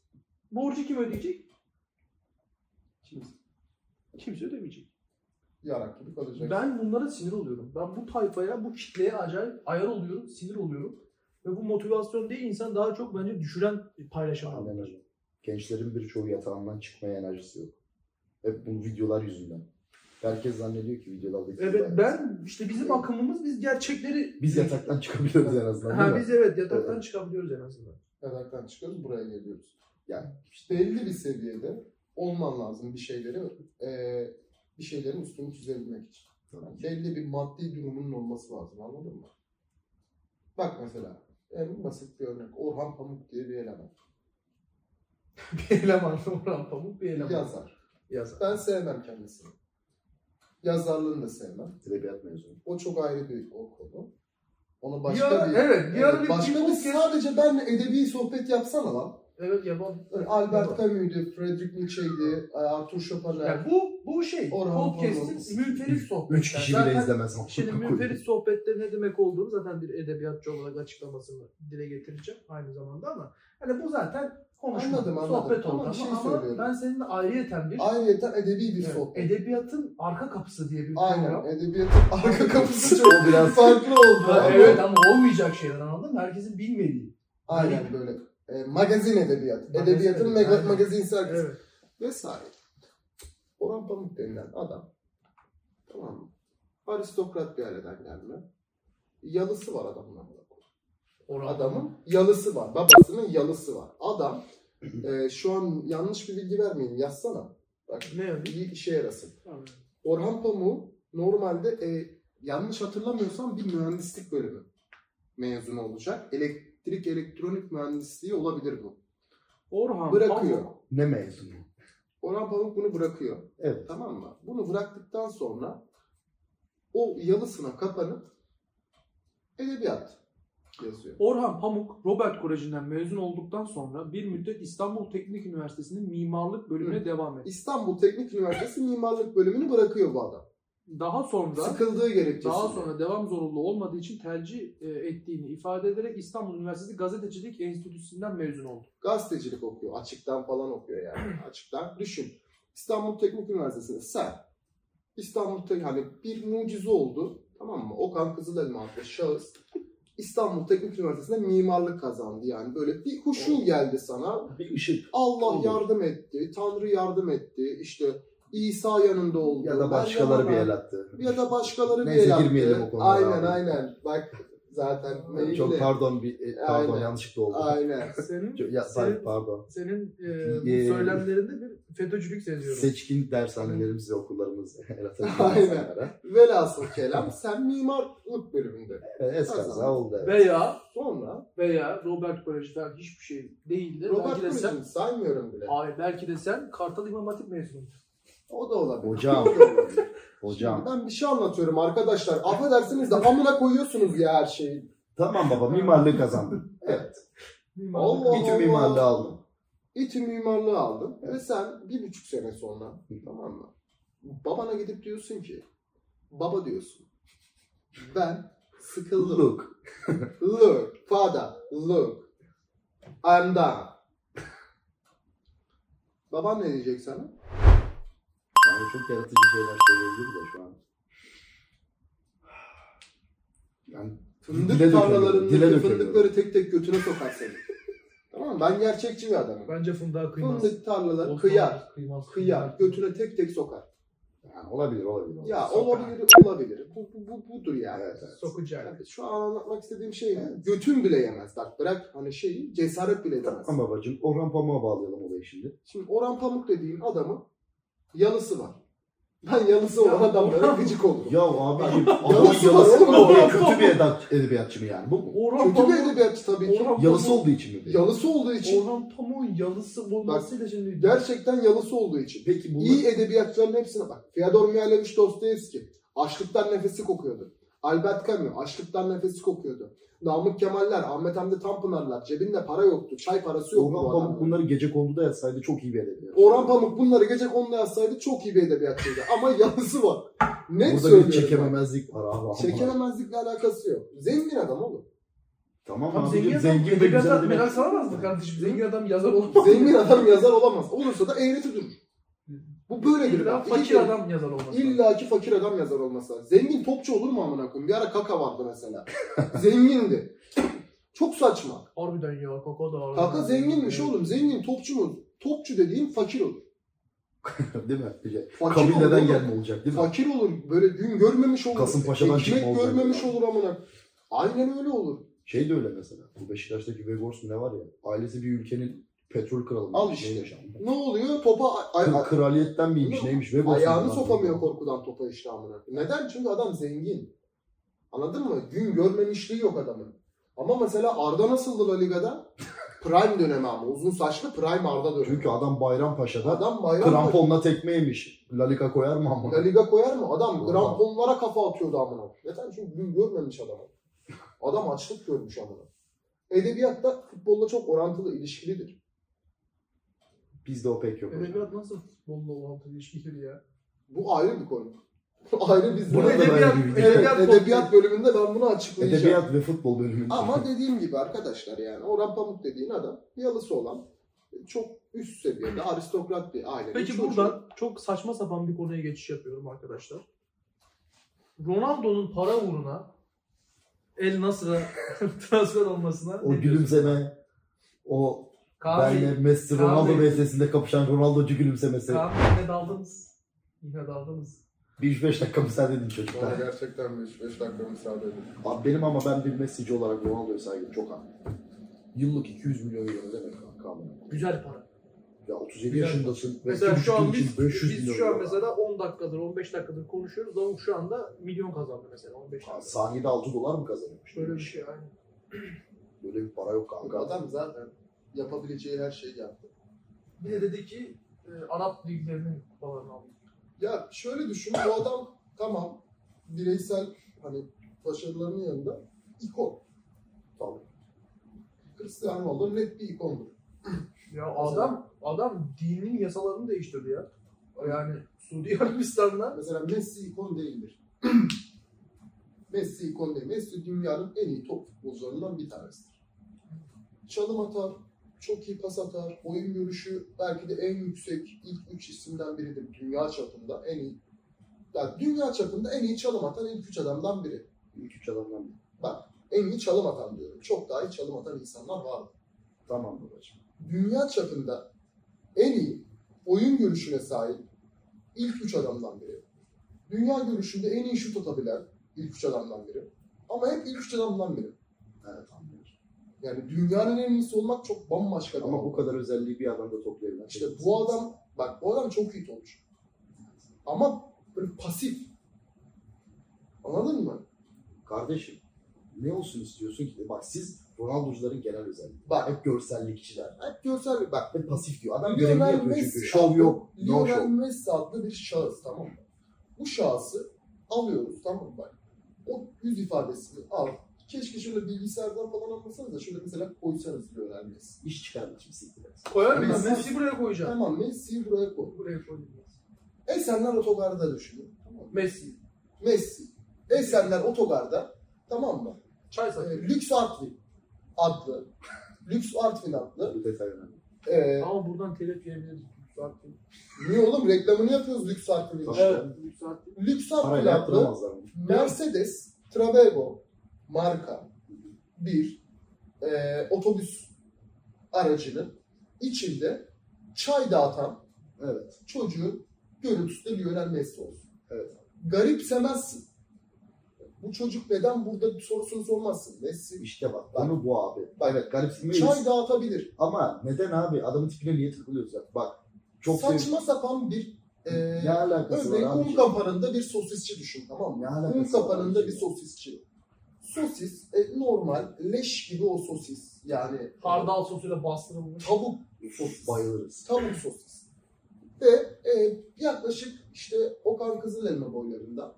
Speaker 1: Borcu kim ödeyecek? Kimse. Kimse ödemeyecek.
Speaker 3: Yarak gibi kalacak.
Speaker 1: Ben bunlara sinir oluyorum. Ben bu tayfaya, bu kitleye acayip ayar oluyorum, sinir oluyorum. Ve bu motivasyon değil insan daha çok bence düşüren paylaşan
Speaker 2: Aynen öyle. Gençlerin birçoğu yatağından çıkmaya enerjisi yok. Hep bu videolar yüzünden. Herkes zannediyor ki videolarda
Speaker 1: Evet ben işte bizim akımımız biz gerçekleri
Speaker 2: Biz yataktan çıkabiliyoruz en azından değil
Speaker 1: Ha
Speaker 2: mi?
Speaker 1: biz evet yataktan çıkabiliyoruz en azından. *laughs*
Speaker 3: Yaraktan çıkıyoruz buraya geliyoruz.
Speaker 2: Yani.
Speaker 3: İşte belli bir seviyede olman lazım bir şeyleri e, bir şeylerin üstünü çizebilmek için.
Speaker 2: Tabii ki.
Speaker 3: Belli bir maddi durumunun olması lazım anladın mı? Bak mesela en basit bir örnek. Orhan Pamuk diye bir eleman.
Speaker 1: bir eleman Orhan Pamuk bir eleman.
Speaker 3: Yazar.
Speaker 1: Yazar.
Speaker 3: Ben sevmem kendisini. Yazarlığını da sevmem.
Speaker 2: Edebiyat mezunu.
Speaker 3: O çok ayrı bir o konu. Onu başka
Speaker 1: Ya-
Speaker 3: bir...
Speaker 1: evet, yarın bir
Speaker 3: başka bir
Speaker 1: podcast-
Speaker 3: sadece benle edebi sohbet yapsana lan.
Speaker 1: Evet yaban.
Speaker 3: Böyle Albert
Speaker 1: Yaban.
Speaker 3: Camus'di, Friedrich Nietzsche'ydi, e, Arthur Schopenhauer.
Speaker 1: Yani bu bu şey
Speaker 3: Orhan
Speaker 1: podcast'in
Speaker 3: Pamuk.
Speaker 1: münferit sohbeti.
Speaker 2: Üç kişi
Speaker 1: Zaten
Speaker 2: bile izlemez.
Speaker 1: Şimdi münferit sohbette ne demek olduğunu zaten bir edebiyatçı olarak açıklamasını dile getireceğim aynı zamanda ama hani bu zaten konuşma,
Speaker 3: Anladım, anladım.
Speaker 1: sohbet
Speaker 3: Ama
Speaker 1: oldu ama,
Speaker 3: bir şey söylüyorum.
Speaker 1: ama ben seninle ayrıyeten bir
Speaker 3: Ayrıca edebi bir
Speaker 1: Evet,
Speaker 3: sohbet.
Speaker 1: edebiyatın arka kapısı diye bir
Speaker 3: Aynen.
Speaker 1: program.
Speaker 3: Edebiyatın *laughs* arka kapısı çok
Speaker 2: O biraz
Speaker 3: farklı oldu.
Speaker 1: Ha,
Speaker 3: Ama-
Speaker 1: evet ama olmayacak şeyler anladın mı? Herkesin bilmediği.
Speaker 3: Aynen böyle. E, magazin edebiyatı.
Speaker 1: Magazin
Speaker 3: Edebiyatın
Speaker 1: edebiyatı,
Speaker 3: mega,
Speaker 1: aynen.
Speaker 3: magazinsel kısmı.
Speaker 1: Evet.
Speaker 3: vesaire. Orhan Pamuk denilen adam tamam mı? Aristokrat bir aileden gelme. Yalısı var adamın. amına koyayım.
Speaker 1: Orhan
Speaker 3: Adamın yalısı var. Babasının yalısı var. Adam e, şu an yanlış bir bilgi vermeyeyim yazsana. Bak
Speaker 1: Ne yazıyor?
Speaker 3: iyi işe yarasın. Orhan Pamuk normalde e, yanlış hatırlamıyorsam bir mühendislik bölümü mezunu olacak. Elektrik elektronik mühendisliği olabilir bu.
Speaker 1: Orhan
Speaker 3: Bırakıyor.
Speaker 1: Pamuk.
Speaker 2: ne mezunu?
Speaker 3: Orhan Pamuk bunu bırakıyor.
Speaker 2: Evet.
Speaker 3: Tamam mı? Bunu bıraktıktan sonra o yalısına kapanıp edebiyat yazıyor.
Speaker 1: Orhan Pamuk, Robert Koleji'nden mezun olduktan sonra bir müddet İstanbul Teknik Üniversitesi'nin mimarlık bölümüne devam etti.
Speaker 3: İstanbul Teknik Üniversitesi Mimarlık bölümünü bırakıyor bu adam.
Speaker 1: Daha sonra
Speaker 3: Sıkıldığı gerekçesiyle.
Speaker 1: Daha sonra devam zorunlu olmadığı için tercih e, ettiğini ifade ederek İstanbul Üniversitesi Gazetecilik Enstitüsü'nden mezun oldu.
Speaker 3: gazetecilik okuyor.
Speaker 1: *clears throat*
Speaker 3: Açıktan falan okuyor yani. Açıktan. Düşün. İstanbul Teknik Üniversitesi'nde sen İstanbul'da yani bir mucize oldu. Tamam mı? Okan Kızılelma adlı şahıs İstanbul Teknik Üniversitesi'nde mimarlık kazandı. Yani böyle bir huşu geldi sana.
Speaker 2: Bir ışık.
Speaker 3: Allah
Speaker 2: Olur.
Speaker 3: yardım etti, Tanrı yardım etti. İşte İsa yanında oldu.
Speaker 2: Ya da başkaları bir
Speaker 3: Meryem
Speaker 2: el
Speaker 3: Ana-
Speaker 2: attı.
Speaker 3: Ya da başkaları bir
Speaker 2: Neyse,
Speaker 3: el attı.
Speaker 2: girmeyelim o konulara
Speaker 3: Aynen
Speaker 2: abi.
Speaker 3: aynen. Bak zaten
Speaker 1: Çok
Speaker 3: maille-
Speaker 2: Çok pardon bir e, pardon
Speaker 3: Aynen.
Speaker 2: yanlışlıkla oldu.
Speaker 3: Aynen.
Speaker 1: Senin,
Speaker 2: Çok- *laughs* Ya,
Speaker 1: senin,
Speaker 2: pardon.
Speaker 1: senin e, bu
Speaker 2: Ee,
Speaker 1: söylemlerinde bir FETÖ'cülük seziyorum.
Speaker 2: Seçkin dershanelerimiz ve okullarımız. *laughs*
Speaker 3: Aynen.
Speaker 2: Aynen.
Speaker 3: Velhasıl kelam sen mimarlık bölümünde.
Speaker 2: E, Eskaza oldu. evet.
Speaker 1: Veya
Speaker 3: Sonra
Speaker 1: veya Robert Kolej'den hiçbir şey değildi.
Speaker 3: Robert
Speaker 1: belki de sen,
Speaker 3: Kulic'in saymıyorum bile.
Speaker 1: Hayır, belki de sen Kartal İmam Hatip mezunuydun.
Speaker 3: O da olabilir.
Speaker 2: Hocam.
Speaker 3: O da olabilir.
Speaker 2: Hocam.
Speaker 3: Ben bir şey anlatıyorum arkadaşlar. Affedersiniz de amına koyuyorsunuz ya her şeyi.
Speaker 2: Tamam baba mimarlığı kazandın. Evet.
Speaker 3: Allah
Speaker 2: Bütün mimarlığı aldım.
Speaker 3: İTÜ mimarlığı aldım ve sen bir buçuk sene sonra tamam mı? Babana gidip diyorsun ki baba diyorsun. Ben sıkıldım.
Speaker 2: Look.
Speaker 3: Look, father, look. I'm done. Baban ne diyecek sana?
Speaker 2: Yani çok yaratıcı şeyler söyleyebilir de şu an. Yani
Speaker 3: Fındık
Speaker 2: Dile döküyorum, dile
Speaker 3: tarlalarındaki
Speaker 2: döküyorum.
Speaker 3: fındıkları tek tek götüne sokar seni. tamam mı? Ben gerçekçi bir adamım.
Speaker 1: Bence fındığa kıymaz.
Speaker 3: Fındık tarlaları
Speaker 1: Osmanlı
Speaker 3: kıyar.
Speaker 1: kıymaz,
Speaker 3: kıyar, götüne tek tek sokar.
Speaker 2: Yani olabilir, olabilir. olabilir.
Speaker 3: Ya
Speaker 1: Sokar.
Speaker 3: olabilir, olabilir. Bu, bu, bu budur yani.
Speaker 2: Evet, evet.
Speaker 1: Sokacak.
Speaker 3: Yani şu an anlatmak istediğim şey ne? Götün bile yemez. Bak bırak hani şeyi cesaret bile edemez.
Speaker 2: Tamam babacığım, Orhan Pamuk'a bağlayalım olayı şimdi.
Speaker 3: Şimdi Orhan Pamuk dediğin adamın yalısı var. Ben yalısı olan adamlara gıcık olurum.
Speaker 2: Ya abiciğim,
Speaker 3: Yalısı
Speaker 2: adamın
Speaker 3: var
Speaker 2: yalısı
Speaker 3: oğlum,
Speaker 2: mı oluyor?
Speaker 1: Orhan
Speaker 2: Kötü
Speaker 1: Pamuk.
Speaker 2: bir edebiyat, edebiyatçı mı yani? Bu mu?
Speaker 1: Orhan
Speaker 3: Kötü bir
Speaker 1: Pamuk'un-
Speaker 3: edebiyatçı tabii ki.
Speaker 1: Orhan
Speaker 2: Yalısı
Speaker 1: Pamuk-
Speaker 2: olduğu için mi? Peki,
Speaker 3: Yalısı olduğu için,
Speaker 1: Orhan Pamuk'un yalısı bulmasıyla şimdi
Speaker 3: gerçekten yalısı olduğu için.
Speaker 2: Peki bunlar...
Speaker 3: İyi edebiyatçıların hepsine bak. Fyodor Mihailovich Dostoyevski açlıktan nefesi kokuyordu. Albert Camus açlıktan nefesi kokuyordu. Namık Kemaller, Ahmet Hamdi Tanpınarlar cebinde para yoktu, çay parası yoktu.
Speaker 2: Orhan
Speaker 3: bu
Speaker 2: Pamuk
Speaker 3: adamların.
Speaker 2: bunları gece konduda yazsaydı çok iyi bir edebiyatçı.
Speaker 3: Orhan Pamuk bunları gece onunla yazsaydı çok iyi bir edebiyatçıydı. Ama *laughs* yanısı var. Ne
Speaker 2: Burada
Speaker 3: söylüyorum?
Speaker 2: bir
Speaker 3: ben.
Speaker 2: çekememezlik var abi.
Speaker 3: Çekememezlikle alakası yok. Zengin adam oğlum.
Speaker 2: Tamam
Speaker 1: Tam
Speaker 2: abi.
Speaker 1: zengin,
Speaker 2: Zengin,
Speaker 1: adam,
Speaker 2: ve
Speaker 1: zengin
Speaker 2: güzel
Speaker 1: adam
Speaker 2: edebiyatçı.
Speaker 1: merak saramaz mı kardeşim? Zengin adam yazar olmaz.
Speaker 3: Zengin adam yazar olamaz. Olursa da eğreti durur. Bu böyledir.
Speaker 1: İlla
Speaker 3: bak.
Speaker 1: fakir
Speaker 3: İki-
Speaker 1: adam yazar olmaz.
Speaker 3: İlla ki fakir adam yazar olmasa. Zengin topçu olur mu amına koyayım? Bir ara kaka vardı
Speaker 2: *laughs*
Speaker 3: mesela. Zengindi. Çok saçma.
Speaker 1: Harbiden ya kaka da harbiden.
Speaker 3: Kaka zenginmiş oğlum. Zengin topçu mu? Topçu dediğin fakir olur.
Speaker 2: *laughs* değil mi? Gece.
Speaker 3: Fakir olur
Speaker 2: Kabileden
Speaker 3: oğlum.
Speaker 2: gelme olacak değil mi?
Speaker 3: Fakir olur. Böyle gün görmemiş olur.
Speaker 2: Kasımpaşa'dan çıkma
Speaker 3: Ekmek
Speaker 2: olacak.
Speaker 3: görmemiş olur amına. Aynen öyle olur.
Speaker 2: Şey de öyle mesela. Bu Beşiktaş'taki Vegors mu ne var ya? Ailesi bir ülkenin petrol kralı. mı?
Speaker 3: Al
Speaker 2: Ne
Speaker 3: işte.
Speaker 2: yaşandı?
Speaker 3: Ne oluyor? Topa ay-
Speaker 2: Kır-
Speaker 3: ay-
Speaker 2: kraliyetten miymiş
Speaker 3: Yok.
Speaker 2: neymiş Vegors. mu
Speaker 3: ayağını
Speaker 2: lan?
Speaker 3: sokamıyor korkudan topa işte amına. Neden? Çünkü adam zengin. Anladın mı? Gün görmemişliği yok adamın. Ama mesela Arda nasıldı La
Speaker 2: *laughs*
Speaker 3: Liga'da? Prime dönemi ama. Uzun saçlı Prime Arda dönemi.
Speaker 2: Çünkü adam Bayrampaşa'da
Speaker 3: adam bayram
Speaker 2: kramponla tekme yemiş. La Liga koyar mı ama?
Speaker 3: La Liga koyar mı? Adam
Speaker 2: Doğru.
Speaker 3: gramponlara kafa atıyordu amına. Neden? Çünkü gün görmemiş adamı. Adam açlık görmüş amına. Edebiyatta futbolla çok orantılı ilişkilidir.
Speaker 2: Bizde o pek yok. hocam.
Speaker 1: Edebiyat nasıl futbolla olan ilişkidir ya?
Speaker 3: Bu ayrı bir konu. Bu ayrı bir
Speaker 2: Burada da
Speaker 1: Edebiyat-
Speaker 2: ben-
Speaker 1: edebiyat-
Speaker 3: edebiyat bölümünde ben bunu açıklayacağım.
Speaker 2: Edebiyat ve futbol bölümünde.
Speaker 3: Ama dediğim gibi arkadaşlar yani Orhan Pamuk dediğin adam yalısı olan çok üst seviyede aristokrat bir aile.
Speaker 1: Peki buradan çok saçma sapan bir konuya geçiş yapıyorum arkadaşlar. Ronaldo'nun para uğruna El Nasır'a *laughs* transfer olmasına
Speaker 2: o
Speaker 1: ne diyorsun?
Speaker 2: gülümseme, o
Speaker 1: Kaan Bey-
Speaker 2: benle Messi
Speaker 1: Kaan
Speaker 2: Ronaldo
Speaker 1: Bey.
Speaker 2: VS'sinde kapışan Ronaldocu gülümsemesi.
Speaker 1: Kaan Bey yine daldınız. Yine daldınız.
Speaker 2: Bir 3-5 dakika müsaade edin çocuklar.
Speaker 3: gerçekten 5 dakika müsaade edin.
Speaker 2: Abi benim ama ben bir Messi'ci olarak Ronaldo'ya saygım çok abi. Yıllık 200 milyon euro ne demek kanka? ama?
Speaker 1: Güzel para.
Speaker 2: Ya 37
Speaker 1: Güzel.
Speaker 2: yaşındasın. ve
Speaker 1: Mesela
Speaker 2: iki
Speaker 1: şu
Speaker 2: buçuk
Speaker 1: an
Speaker 2: yıl için
Speaker 1: biz,
Speaker 2: 500
Speaker 1: biz
Speaker 2: milyon
Speaker 1: şu an
Speaker 2: euro.
Speaker 1: mesela 10 dakikadır 15 dakikadır konuşuyoruz. Davut şu anda milyon kazandı mesela 15
Speaker 2: Aa,
Speaker 1: dakika.
Speaker 2: Saniyede 6 dolar mı kazanıyormuş?
Speaker 1: Böyle bir şey yani.
Speaker 2: Böyle bir para yok kanka.
Speaker 3: Adam zaten yapabileceği her şey şeyi yaptı.
Speaker 1: Bir de dedi ki e, Arap liglerinin kupalarını aldım.
Speaker 3: Ya şöyle düşün bu adam tamam bireysel hani başarılarının yanında ikon.
Speaker 2: Tabii.
Speaker 3: Cristiano Ronaldo net bir ikondur.
Speaker 1: Ya adam adam dinin yasalarını değiştirdi ya. Yani Suudi Arabistan'la
Speaker 3: Mesela Messi ikon değildir. *clears throat* Messi ikon değil. Messi dünyanın en iyi top futbolcularından bir tanesidir. Çalım atar, çok iyi pas atar, oyun görüşü belki de en yüksek ilk üç isimden biridir dünya çapında en iyi Yani dünya çapında en iyi çalım atan ilk üç adamdan biri.
Speaker 2: İlk üç adamdan biri.
Speaker 3: En iyi çalım atan diyorum. Çok daha iyi çalım atan insanlar var.
Speaker 2: Tamam babacığım.
Speaker 3: Dünya çapında en iyi oyun görüşüne sahip ilk üç adamdan biri. Dünya görüşünde en iyi şut atabilen ilk üç adamdan biri. Ama hep ilk üç adamdan biri.
Speaker 2: Evet anlıyorum.
Speaker 3: Yani dünyanın en iyisi olmak çok bambaşka. bir
Speaker 2: Ama
Speaker 3: olay.
Speaker 2: bu kadar özelliği bir adamda toplayabilen.
Speaker 3: İşte bu adam bak bu adam çok iyi topçu. Ama böyle pasif. Anladın mı?
Speaker 2: Kardeşim ne olsun istiyorsun ki? Bak siz Ronaldo'cuların genel özelliği.
Speaker 3: Bak
Speaker 2: Hep görsellikçiler.
Speaker 3: hep görsel bir bak.
Speaker 2: Hep pasif diyor. Adam görevini
Speaker 3: Lionel
Speaker 2: yapıyor
Speaker 3: Messi
Speaker 2: çünkü. Şov yok. No
Speaker 3: Lionel
Speaker 2: show.
Speaker 3: Messi adlı bir şahıs tamam mı? Bu şahsı alıyoruz tamam mı bak. O yüz ifadesini al. Keşke şöyle bilgisayardan falan almasanız da şöyle mesela koysanız Lionel Messi.
Speaker 2: İş çıkarmış bir siktir et.
Speaker 1: Koyarım ben.
Speaker 3: Messi-
Speaker 1: Messi'yi buraya koyacağım.
Speaker 3: Tamam Messi'yi buraya koy.
Speaker 1: Buraya koyacağım.
Speaker 3: Esenler otogarda düşünün. Tamam mı?
Speaker 1: Messi.
Speaker 3: Messi. Esenler otogarda tamam mı?
Speaker 1: Çay
Speaker 3: Ee,
Speaker 1: satıyor.
Speaker 3: Lüks Artvin adlı. Lüks Artvin adlı.
Speaker 2: Bu detay önemli.
Speaker 3: Ee,
Speaker 1: Ama buradan telef yiyebiliriz. Lüks Artvin.
Speaker 3: niye oğlum reklamını yapıyoruz Lüks Artvin'in?
Speaker 2: Tabii.
Speaker 1: Evet. Lüks Artvin.
Speaker 3: Lüks Artvin
Speaker 2: Parayla
Speaker 3: adlı
Speaker 2: yaptıramazlar bunu.
Speaker 3: Mercedes Travego marka bir ee, otobüs aracının içinde çay dağıtan
Speaker 2: Evet.
Speaker 3: çocuğun görüntüsü de Lionel Messi olsun.
Speaker 2: Evet.
Speaker 3: Garipsemezsin. Bu çocuk neden burada sorusunu sormazsın. Messi
Speaker 2: İşte bak. Konu bu abi.
Speaker 3: Bak,
Speaker 2: Evet garipsemeyiz.
Speaker 3: çay dağıtabilir.
Speaker 2: Ama neden abi? Adamın tipine niye takılıyoruz ya? Bak. Çok
Speaker 3: saçma
Speaker 2: sev-
Speaker 3: sapan bir e,
Speaker 2: Ne alakası var
Speaker 3: örneğin
Speaker 2: abi?
Speaker 3: un kapanında bir sosisçi düşün tamam
Speaker 2: Ne
Speaker 3: mı?
Speaker 2: alakası
Speaker 3: Un
Speaker 2: var
Speaker 3: kapanında
Speaker 2: abi?
Speaker 3: bir sosisçi. Sosis e, normal leş gibi o sosis yani
Speaker 1: Hardal sosuyla bastırılmış.
Speaker 3: tavuk
Speaker 2: Çok bayılırız.
Speaker 3: tavuk sosis. Ve e, yaklaşık işte Okan Kızılelma boylarında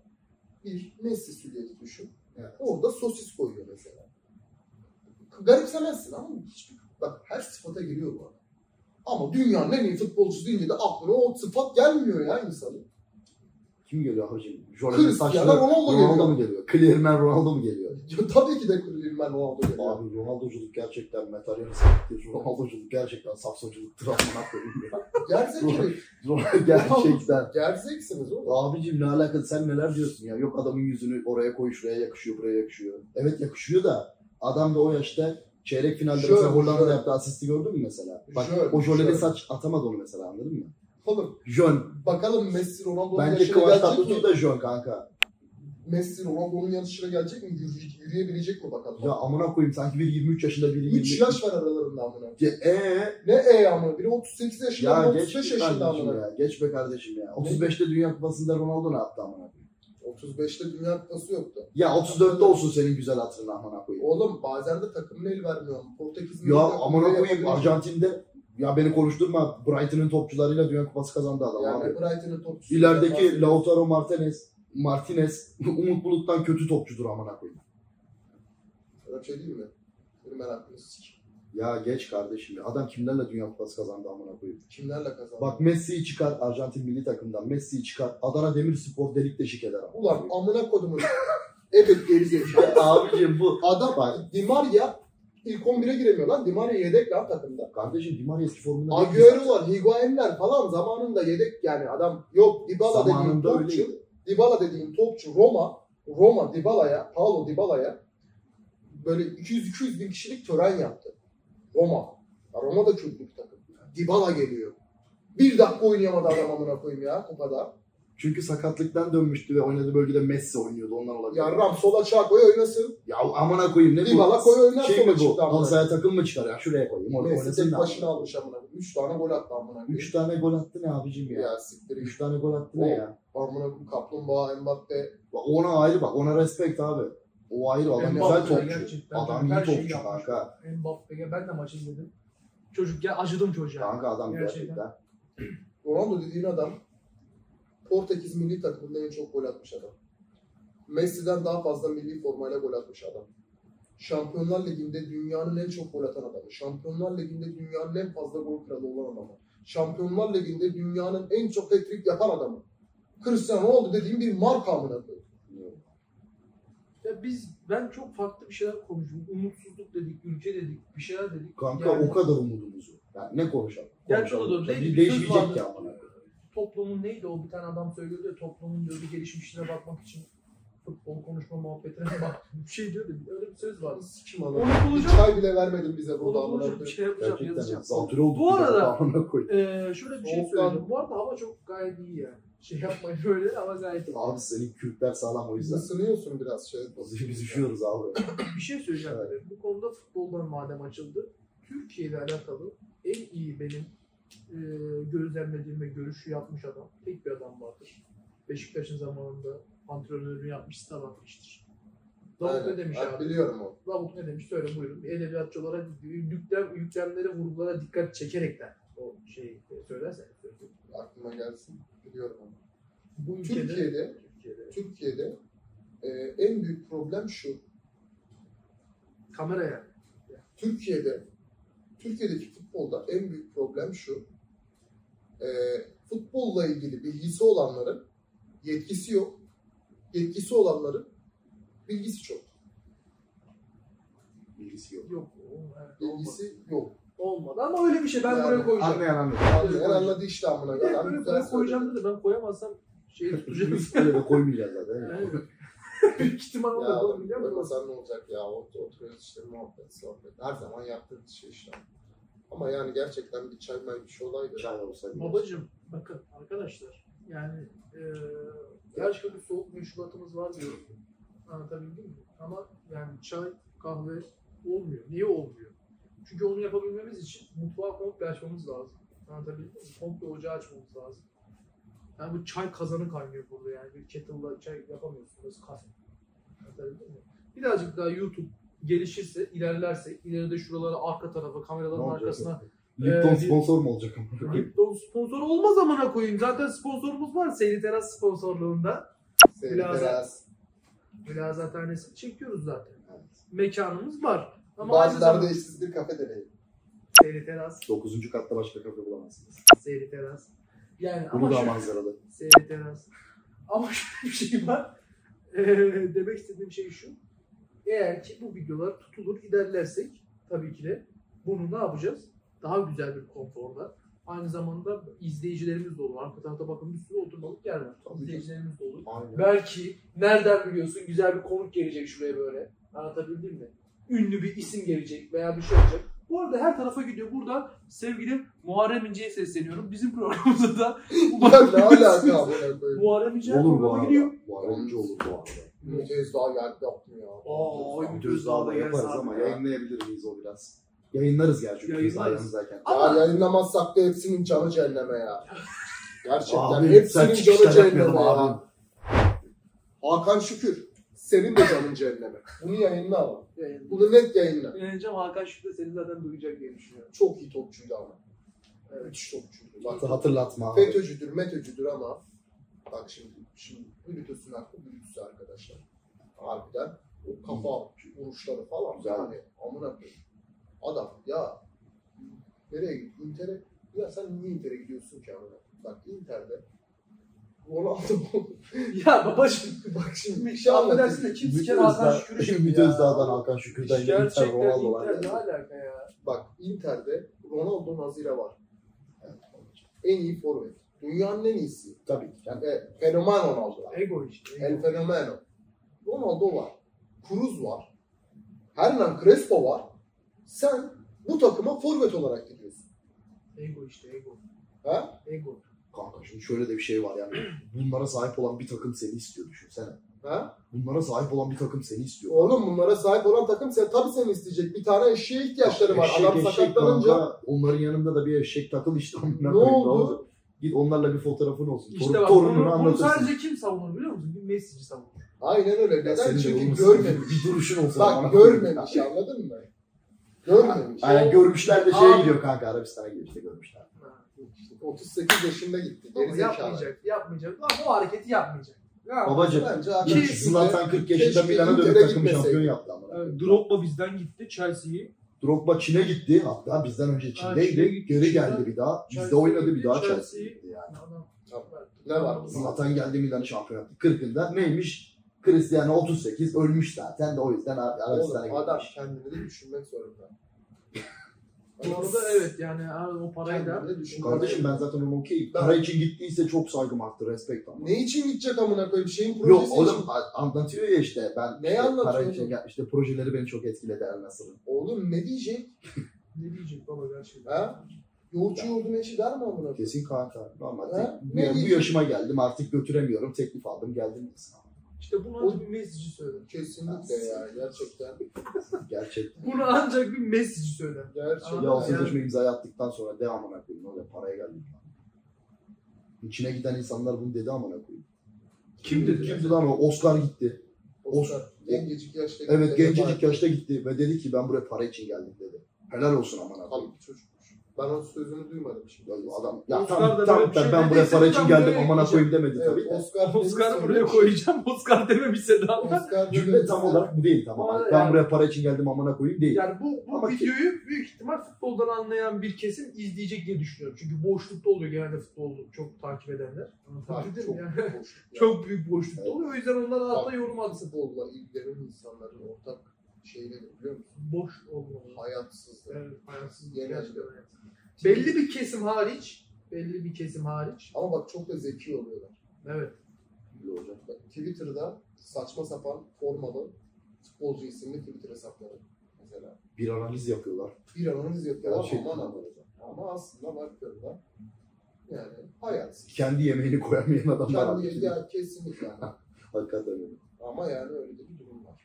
Speaker 3: bir Messi silüeti düşün.
Speaker 2: Evet.
Speaker 3: Orada sosis koyuyor mesela. Garipsemezsin ama hiçbir... Bak her sıfata giriyor bu adam. Ama dünyanın en iyi futbolcusu deyince de aklına o sıfat gelmiyor ya insanın.
Speaker 2: Kim geliyor hocam? Jordan'ın saçları.
Speaker 3: Cristiano Ronaldo geliyor.
Speaker 2: mu geliyor? Clearman Ronaldo mu geliyor?
Speaker 3: Ya Tabii ki de Kırılman Ronaldo geliyor.
Speaker 2: Abi Ronaldoculuk gerçekten materyalistliktir. Ronaldoculuk gerçekten safsoculuktur. amına koyayım ya.
Speaker 3: Gerzek *laughs*
Speaker 2: Ronaldo gerçekten.
Speaker 3: Gerzeksiniz oğlum.
Speaker 2: Abicim ne alakası sen neler diyorsun ya? Yok adamın yüzünü oraya koy şuraya yakışıyor buraya yakışıyor. Evet yakışıyor da adam da o yaşta çeyrek finalde
Speaker 3: Şöyle,
Speaker 2: mesela Hollanda'da
Speaker 3: şöyle.
Speaker 2: yaptığı asisti gördün mü mesela? Bak
Speaker 3: Şöyle,
Speaker 2: o jöleli
Speaker 3: şöyle.
Speaker 2: saç atamadı onu mesela anladın mı?
Speaker 3: Oğlum
Speaker 2: Jön.
Speaker 3: bakalım Messi Ronaldo'nun
Speaker 2: Bence
Speaker 3: yaşına
Speaker 2: Kıvanç
Speaker 3: gelecek mi?
Speaker 2: Tatlıtuğ da Jön kanka.
Speaker 3: Messi Ronaldo'nun yanlışına gelecek mi? Yürü- yürüyebilecek mi bakalım?
Speaker 2: Ya amına koyayım sanki biri 23 yaşında biri 20.
Speaker 3: 3 yaş var aralarında amına.
Speaker 2: Eee?
Speaker 3: Ne e amına? Biri 38 yaşında,
Speaker 2: Ya
Speaker 3: biri
Speaker 2: geç
Speaker 3: 35
Speaker 2: be
Speaker 3: yaşında
Speaker 2: kardeşim
Speaker 3: amına.
Speaker 2: ya. Geç be kardeşim ya. 35'te Dünya Kupası'nda Ronaldo ne yaptı amına koyayım?
Speaker 3: 35'te dünya kupası yoktu.
Speaker 2: Ya 34'te olsun senin güzel hatırına amına koyayım.
Speaker 3: Oğlum bazen de takımın el vermiyor. Portekiz milli
Speaker 2: Ya
Speaker 3: takımı
Speaker 2: amına
Speaker 3: bile
Speaker 2: koyayım
Speaker 3: yapabilir.
Speaker 2: Arjantin'de ya beni konuşturma Brighton'ın topçularıyla Dünya Kupası kazandı adam abi.
Speaker 3: Yani Brighton'ın topçusu.
Speaker 2: İlerideki Lautaro Martinez, Martinez *laughs* Umut Bulut'tan kötü topçudur amına koyayım.
Speaker 3: Öyle şey değil mi? Benim meraklımı sikeyim.
Speaker 2: Ya geç kardeşim ya. Adam kimlerle Dünya Kupası kazandı amına koyayım.
Speaker 3: Kimlerle kazandı?
Speaker 2: Bak Messi'yi çıkar Arjantin milli takımdan. Messi'yi çıkar. Adana Demirspor delik deşik eder
Speaker 3: *laughs*
Speaker 2: ama.
Speaker 3: Ulan amına kodumun. evet gerizekalı.
Speaker 2: Abicim bu.
Speaker 3: Adam bak Di Maria ilk 11'e giremiyor lan. Di Maria yedek lan takımda.
Speaker 2: Kardeşim Di Maria eski formunda değil ki zaten.
Speaker 3: Agüero'lar, Higuain'ler falan zamanında yedek yani adam yok Dybala dediğin
Speaker 2: Zamanında
Speaker 3: topçu.
Speaker 2: öyleydi.
Speaker 3: Dybala dediğin topçu Roma, Roma Dybala'ya, Paulo Dybala'ya böyle 200-200 bin kişilik tören yaptı. Roma. Ya Roma da kötü bir takım. Dybala geliyor. Bir dakika oynayamadı adam amına koyayım ya kupada.
Speaker 2: Çünkü sakatlıktan dönmüştü ve oynadığı bölgede Messi oynuyordu. Ondan olabilir.
Speaker 3: Yarram sola çağ koy oynasın.
Speaker 2: Ya amına koyayım ne bu?
Speaker 3: Dybala koy oynar
Speaker 2: Şey
Speaker 3: sola
Speaker 2: mi bu?
Speaker 3: çıktı amına.
Speaker 2: Alzaya takım mı çıkar ya? Şuraya koyayım. Orada
Speaker 3: Messi
Speaker 2: oynasın
Speaker 3: tek
Speaker 2: da.
Speaker 3: başına almış amına koyayım. 3 tane gol attı amına koyayım.
Speaker 2: 3 tane gol attı ne abicim ya?
Speaker 3: Ya siktir git.
Speaker 2: 3 tane gol attı ne ya?
Speaker 3: Amına koyayım kaplumbağa Mbappe.
Speaker 2: Bak ona ayrı bak. Ona respekt abi. O ayrı adam
Speaker 1: Mbappe
Speaker 2: güzel topçu.
Speaker 1: gerçekten
Speaker 2: Adam
Speaker 1: her
Speaker 2: iyi
Speaker 1: şeyi
Speaker 2: topçu
Speaker 1: yapmış.
Speaker 2: kanka.
Speaker 1: Mbappe'ye ben de maç izledim. Çocuk ya acıdım çocuğa.
Speaker 2: Kanka adam
Speaker 1: Gerçekten.
Speaker 2: gerçekten.
Speaker 3: Ronaldo dediğin adam Portekiz milli takımında en çok gol atmış adam. Messi'den daha fazla milli formayla gol atmış adam. Şampiyonlar Ligi'nde dünyanın en çok gol atan adamı. Şampiyonlar Ligi'nde dünyanın en fazla gol kralı olan adamı. Şampiyonlar Ligi'nde dünyanın en çok hat-trick yapan adamı. Cristiano Ronaldo dediğim bir marka amına koyayım.
Speaker 1: Ya biz ben çok farklı bir şeyler konuştum. Umutsuzluk dedik, ülke dedik, bir şeyler dedik.
Speaker 2: Kanka o kadar umudumuz yok. Yani ne konuşalım?
Speaker 1: Yani
Speaker 2: Konuşalım.
Speaker 1: doğru, doğru.
Speaker 2: Tabii
Speaker 1: Değil, bir söz
Speaker 2: değişmeyecek
Speaker 1: vardı.
Speaker 2: ya bana.
Speaker 1: toplumun neydi o bir tane adam söylüyordu ya toplumun diyordu gelişmişliğine bakmak için futbol konuşma muhabbetine *laughs* bak bir şey diyordu öyle bir söz vardı.
Speaker 3: Sikim anam.
Speaker 1: Onu
Speaker 3: Bir
Speaker 1: bulacağım.
Speaker 3: çay bile vermedin bize
Speaker 1: Onu
Speaker 3: burada amına
Speaker 1: bulacağım bir
Speaker 3: koyayım.
Speaker 1: şey yapacağım
Speaker 2: Gerçekten
Speaker 1: yazacağım.
Speaker 2: zatürre olduk.
Speaker 1: Bu
Speaker 2: bir de,
Speaker 1: arada-
Speaker 2: amına koyayım.
Speaker 1: Ee, şöyle bir şey
Speaker 3: Soğuktan-
Speaker 1: söyleyeceğim. Bu arada hava çok gayet iyi yani. Şey yapmayın böyle ama gayet iyi.
Speaker 2: Abi senin Kürtler sağlam o yüzden.
Speaker 3: Isınıyorsun biraz şey.
Speaker 2: Biz, biz üşüyoruz abi.
Speaker 1: Bir şey söyleyeceğim. Bu konuda futboldan madem açıldı. Türkiye ile alakalı en iyi benim e, gözlemlediğim ve görüşü yapmış adam tek bir adam vardır. Beşiktaş'ın zamanında antrenörünü yapmış Stavatmiş'tir. Davut ne
Speaker 3: Aynen.
Speaker 1: demiş
Speaker 3: Ben
Speaker 1: abi?
Speaker 3: biliyorum o.
Speaker 1: Davut ne demiş? Söyle buyurun. Bir edebiyatçı olarak yüklem, yüklemlere, vurgulara dikkat çekerekten o şey, e, şeyi söylersen.
Speaker 3: Aklıma gelsin. Biliyorum onu.
Speaker 1: Bu ülkede,
Speaker 3: Türkiye'de,
Speaker 1: Türkiye'de
Speaker 3: Türkiye'de e, en büyük problem şu.
Speaker 1: kameraya
Speaker 3: Türkiye'de Türkiye'deki futbolda en büyük problem şu. E, futbolla ilgili bilgisi olanların yetkisi yok. Yetkisi olanların bilgisi çok.
Speaker 2: Bilgisi yok.
Speaker 1: Yok. o- evet, olmadı.
Speaker 3: Bilgisi yok.
Speaker 1: Olmadı ama öyle bir şey. Ben
Speaker 3: Yani
Speaker 1: buraya koyacağım.
Speaker 2: Anlayan anlıyor.
Speaker 3: Abi her anladı işte amına
Speaker 1: Bir de
Speaker 3: kadar.
Speaker 1: böyle buraya koyacağım dedi. Ben koyamazsam *laughs* şeyi tutacağız.
Speaker 2: Öyle de koymayacağız zaten.
Speaker 1: Yani *laughs* Büyük ihtimal o
Speaker 3: Ya
Speaker 1: da olur
Speaker 3: oğlum
Speaker 1: biliyor musun?
Speaker 3: sen ne olacak ya? Ot- Oturuyoruz işte muhabbet, sohbet. Her zaman yaptığımız şey işte. Ama yani gerçekten bir çay may bir şey olaydı.
Speaker 2: Çay olsa gider.
Speaker 1: Babacım bakın arkadaşlar yani eee gerçekten bir soğuk meşrubatımız var diyorum. Anlatabildim mi? Ama yani çay, kahve olmuyor. Niye olmuyor? Çünkü onu yapabilmemiz için mutfağı komple açmamız lazım. Anlatabildim mi? Komple ocağı açmamız lazım. Yani bu çay kazanı kaynıyor burada yani. Bir kettle'la çay yapamıyorsunuz. Kafe. Anlatabildim mi? Birazcık daha YouTube gelişirse, ilerlersek, ileride şuralara arka tarafa,
Speaker 2: Ne
Speaker 1: kameraların
Speaker 2: olacak?
Speaker 1: arkasına
Speaker 2: Lipton
Speaker 1: Ee,
Speaker 2: sponsor mu olacak *laughs* amına koyayım?
Speaker 1: Lipton sponsor olmaz amına koyayım. Zaten sponsorumuz var Seyri Teras sponsorluğunda.
Speaker 3: Seni
Speaker 1: Biraz-
Speaker 3: biraz
Speaker 1: Mülazathanesini çekiyoruz zaten. Mekanımız var. Ama aynı
Speaker 3: bazılarda
Speaker 1: zamanda
Speaker 3: işsizlik
Speaker 2: *laughs*
Speaker 3: kafe deneyim.
Speaker 1: Seyri Teras,
Speaker 2: 9. katta başka kafe bulamazsınız.
Speaker 1: Seyri Teras. Yani
Speaker 2: Bunu
Speaker 1: ama şey-
Speaker 2: da
Speaker 1: şu,
Speaker 2: manzaralı.
Speaker 1: Seyri Teras. Ama şöyle bir şey var. Ee, demek istediğim şey şu. Eğer ki bu videolar tutulur ilerlersek tabii ki de bunu ne yapacağız? Daha güzel bir konforda. Aynı zamanda izleyicilerimiz de olur. Arka tarafta bakın bir sürü oturmalık yer var.
Speaker 3: Tabii ki.
Speaker 1: İzleyicilerimiz de olur.
Speaker 2: Aynen.
Speaker 1: Belki nereden biliyorsun güzel bir konuk gelecek şuraya böyle. Anlatabildim mi? Ünlü bir isim gelecek veya bir şey olacak. Bu arada her tarafa gidiyor. Burada sevgili Muharrem İnce'ye sesleniyorum. Bizim programımızda da
Speaker 3: Ulan ne alaka amına koyayım.
Speaker 1: Muharrem İnce her
Speaker 2: Olur bu
Speaker 1: programa gidiyor.
Speaker 2: arada. Bu arada önce olur bu arada.
Speaker 3: Mütez daha geldi yaptım ya.
Speaker 1: Aa, ay,
Speaker 2: Göz daha da yaparız
Speaker 1: abi
Speaker 2: ama
Speaker 1: ya.
Speaker 2: yayınlayabilir miyiz o biraz? Yayınlarız gerçi çünkü biz
Speaker 1: Yayınlarız.
Speaker 2: aramızdayken.
Speaker 1: Ama-
Speaker 3: Ya yayınlamazsak da hepsinin canı cehenneme ya. Gerçekten
Speaker 2: Abi, sen
Speaker 3: hepsinin canı
Speaker 2: çıkışlar
Speaker 3: cehenneme
Speaker 2: yapmayalım
Speaker 3: ya.
Speaker 2: abi.
Speaker 3: Hakan Şükür. Senin de canın cehenneme. Bunu yayınla ama.
Speaker 1: Yayınlayacağım.
Speaker 3: Bunu net yayınla.
Speaker 1: Yayınlayacağım. Hakan Şükür de seni zaten duyacak diye düşünüyorum. *laughs*
Speaker 3: Çok iyi topçuydu ama. Evet. Müthiş topçuydu. Bak,
Speaker 2: Hatta hatırlatma abi.
Speaker 3: FETÖ'cüdür, METÖ'cüdür ama bak şimdi, şimdi Brutus'un aklı Brutus'u arkadaşlar. Harbiden o kafa vuruşları falan
Speaker 2: Güzel.
Speaker 3: yani amına koyayım. Adam ya nereye git? Inter'e ya sen niye Inter'e gidiyorsun ki amına? koyayım? Bak Inter'de Ronaldo *laughs*
Speaker 1: ya babacığım.
Speaker 3: bak şimdi bir şey
Speaker 1: Şu an dersin de
Speaker 3: anlatayım.
Speaker 1: kim
Speaker 2: Ümit
Speaker 1: siker Hakan
Speaker 2: Özdağ- *laughs*
Speaker 1: Şükür'ü
Speaker 3: *laughs*
Speaker 1: şimdi
Speaker 2: Ümit
Speaker 1: ya.
Speaker 2: Özdağ'dan, Hakan Şükür'den, Yemin
Speaker 1: Gerçekten
Speaker 2: Ter, Ronaldo var.
Speaker 1: Inter ne
Speaker 2: Yani.
Speaker 1: alaka ya?
Speaker 3: Bak Inter'de Ronaldo Nazire var. En iyi forvet. Dünyanın en iyisi.
Speaker 2: Tabii ki. Yani
Speaker 3: Ve fenomen Ronaldo.
Speaker 1: Ego işte.
Speaker 3: El
Speaker 1: Ego.
Speaker 3: Fenomeno. Ronaldo var. Cruz var. Hernan Crespo var. Sen bu takıma forvet olarak gidiyorsun.
Speaker 1: Ego işte. Ego.
Speaker 3: Ha?
Speaker 1: Ego.
Speaker 2: kanka şimdi şöyle de bir şey var yani. *clears throat* Bunlara sahip olan bir takım seni istiyor düşünsene.
Speaker 3: Ha?
Speaker 2: Bunlara sahip olan bir takım seni istiyor.
Speaker 3: Oğlum bunlara sahip olan takım sen tabii seni isteyecek. Bir tane eşeğe ihtiyaçları var.
Speaker 2: Eşek,
Speaker 3: Adam
Speaker 2: eşek
Speaker 3: sakatlanınca
Speaker 2: kanka, onların yanında da bir eşek takıl işte. *laughs* amına
Speaker 3: ne
Speaker 2: koyayım,
Speaker 3: oldu?
Speaker 2: Git onlarla bir fotoğrafın olsun.
Speaker 1: İşte
Speaker 2: Torun-
Speaker 1: bak
Speaker 2: torununu
Speaker 1: bunu, bunu
Speaker 2: anlatırsın.
Speaker 1: sadece kim savunur biliyor musun? Bir Messi'ci savunur.
Speaker 3: Aynen öyle.
Speaker 2: Ya
Speaker 3: Neden?
Speaker 2: senin de
Speaker 3: Çünkü
Speaker 2: olmasın.
Speaker 3: görmemiş.
Speaker 2: Bir duruşun olsa. amına
Speaker 3: Bak
Speaker 2: koyayım.
Speaker 3: görmemiş anladın mı? Görmemiş.
Speaker 2: Aynen görmüşler de
Speaker 1: Aa.
Speaker 2: şeye gidiyor kanka Arabistan'a gidiyor işte görmüşler.
Speaker 1: Ha.
Speaker 3: 38 yaşında gitti. Geri
Speaker 1: Ama
Speaker 3: zekalı.
Speaker 1: yapmayacak, yapmayacak. Ama o hareketi yapmayacak. Ya.
Speaker 2: Babacım
Speaker 3: Bence
Speaker 1: Keşke-
Speaker 2: ilk Zlatan 40 yaşında
Speaker 3: keşke
Speaker 2: Milan'a dönüp
Speaker 3: Inter'e
Speaker 2: takım
Speaker 3: gitmeseydi.
Speaker 2: şampiyon yaptı ama.
Speaker 1: Evet, Drogba bizden gitti Chelsea'yi.
Speaker 2: Drogba Çin'e gitti hatta bizden önce
Speaker 1: Çin'e
Speaker 2: Çin'deydi
Speaker 1: gitti,
Speaker 2: geri
Speaker 1: Çin'e-
Speaker 2: geldi bir daha bizde
Speaker 1: Chelsea'ye
Speaker 2: oynadı bir
Speaker 1: gitti,
Speaker 2: daha
Speaker 1: Chelsea'yi-
Speaker 2: Chelsea'ye gitti yani.
Speaker 1: Adam-
Speaker 3: Tamam. Ne var?
Speaker 2: Zlatan geldi Milan'ı şampiyon yaptı 40'ında neymiş? Cristiano 38 ölmüş zaten de o yüzden Ar- Arabistan'a
Speaker 3: Oğlum adam
Speaker 2: gitmiş. *laughs*
Speaker 3: kendini de düşünmek zorunda.
Speaker 1: Bu arada evet yani abi o parayı da
Speaker 3: Kendini de düşün.
Speaker 2: Kardeşim ben zaten onu okeyim.
Speaker 3: şey Ben-
Speaker 2: Para için gittiyse çok saygım arttı. Respekt ama.
Speaker 3: Ne için gidecek amına koyayım? Şeyin projesi
Speaker 2: Yok
Speaker 3: için.
Speaker 2: oğlum a- anlatıyor ya işte ben
Speaker 3: Neyi
Speaker 2: işte
Speaker 3: anlatıyor
Speaker 2: para
Speaker 3: oğlum?
Speaker 2: için gel- işte projeleri beni çok etkiledi her nasıl.
Speaker 3: Oğlum ne diyecek?
Speaker 1: ne diyecek baba gerçekten?
Speaker 3: Ha? Yoğurtçu yoğurdun eşi der mi amına koyayım?
Speaker 2: Kesin kanka. Normal.
Speaker 3: Ha?
Speaker 2: Tek- bu,
Speaker 3: Ne
Speaker 2: bu
Speaker 3: diyecek?
Speaker 2: yaşıma geldim artık götüremiyorum. Teklif aldım geldim.
Speaker 1: İşte bunu
Speaker 3: O-
Speaker 1: ancak bir mesajcı söyler.
Speaker 3: Kesinlikle ya gerçekten.
Speaker 2: Gerçekten.
Speaker 1: Bunu ancak bir mesajcı söyler.
Speaker 3: Gerçekten.
Speaker 2: Ya o
Speaker 1: Yani-
Speaker 2: sözleşme imzayı attıktan sonra de amına koyayım. Ne oluyor paraya geldim. İçine giden insanlar bunu dedi amına koyayım.
Speaker 1: Kim dedi?
Speaker 2: Kimdi lan o? Oscar gitti.
Speaker 3: Oscar, gencecik yaşta.
Speaker 2: Evet gencecik yaşta gitti ve dedi ki ben buraya para için geldim dedi. Helal olsun amına koyayım.
Speaker 3: Kalın bir çocukmuş. Ben onun sözünü duymadım şimdi.
Speaker 2: Ya bu adam ya
Speaker 1: Oscar
Speaker 2: tam,
Speaker 1: da
Speaker 2: tam,
Speaker 1: böyle bir şey
Speaker 2: ben buraya
Speaker 1: dediyse
Speaker 2: para için
Speaker 1: ben
Speaker 2: geldim
Speaker 1: buraya
Speaker 2: amına koyayım demedi
Speaker 3: Evet,
Speaker 2: tabii. de.
Speaker 3: Oscar
Speaker 1: Oscar'ı
Speaker 3: Denizli
Speaker 1: buraya
Speaker 3: olmuş.
Speaker 1: koyacağım. Oscar dememişse de ama.
Speaker 3: Oscar
Speaker 2: Cümle
Speaker 3: Denizli.
Speaker 2: tam olarak bu değil tamam.
Speaker 1: Ama
Speaker 2: ben
Speaker 1: yani-
Speaker 2: buraya para için geldim amına koyayım değil.
Speaker 1: Yani bu, bu
Speaker 2: Ama ki-
Speaker 1: videoyu büyük ihtimal futboldan anlayan bir kesim izleyecek diye düşünüyorum. Çünkü boşlukta oluyor genelde futbolu çok takip edenler.
Speaker 3: Var,
Speaker 1: Takip
Speaker 3: çok
Speaker 1: çok, yani.
Speaker 3: boş. Ya,
Speaker 1: çok büyük boşlukta
Speaker 2: Evet.
Speaker 1: oluyor. O yüzden onlar altta
Speaker 3: Tabii.
Speaker 1: yorum atsın.
Speaker 3: Futbolla ilgilenen insanların ortak şeyi nedir biliyor musun?
Speaker 1: Boş olmalı.
Speaker 3: Hayatsızlık.
Speaker 1: Evet, hayatsız.
Speaker 3: Genel-
Speaker 1: gerçekten hayatsız. Belli bir kesim hariç. Belli bir kesim hariç.
Speaker 3: Ama bak çok da zeki oluyorlar.
Speaker 1: Evet.
Speaker 2: Böyle olacak.
Speaker 3: Bak, Twitter'da saçma sapan formalı futbolcu isimli Twitter hesapları mesela.
Speaker 2: Bir analiz yapıyorlar.
Speaker 3: Bir analiz yapıyorlar
Speaker 2: Gerçekten.
Speaker 3: aman aman hocam. Ama aslında baktığında yani hayatsız.
Speaker 2: Kendi yemeğini koyamayan adamlar. var.
Speaker 3: Kendi ya kesinlikle. yani.
Speaker 2: Hakikaten öyle.
Speaker 3: Ama yani öyle de bir durum var.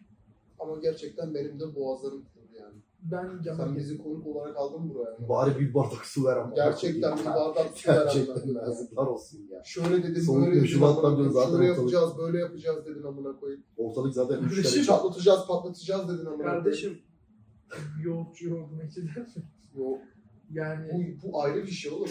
Speaker 3: Ama gerçekten benim de boğazlarım tutuldu yani.
Speaker 1: Ben
Speaker 3: Sen
Speaker 1: Cemal
Speaker 3: bizi konuk olarak aldın buraya. Yani.
Speaker 2: Bari bir bardak su ver amına
Speaker 3: Gerçekten bir
Speaker 2: koyayım.
Speaker 3: bardak su
Speaker 2: Gerçekten
Speaker 3: veren adam.
Speaker 2: yazıklar olsun ya.
Speaker 3: Şöyle dedim,
Speaker 2: Soğuk
Speaker 3: böyle
Speaker 2: dönüşü
Speaker 3: dedim, amına
Speaker 2: batmadan
Speaker 3: koyayım,
Speaker 2: zaten
Speaker 3: şöyle
Speaker 2: ortalık-
Speaker 3: yapacağız, böyle yapacağız dedin amına koyayım.
Speaker 2: Ortalık zaten üç
Speaker 1: Kardeşim-
Speaker 3: şey
Speaker 2: kere çat-
Speaker 3: Çatlatacağız, patlatacağız dedin amına koyayım.
Speaker 1: kardeşim *laughs* yoğurtçu yoğurduna içilir.
Speaker 3: Yok,
Speaker 1: Yani
Speaker 3: Bu, bu ayrı bir şey oğlum.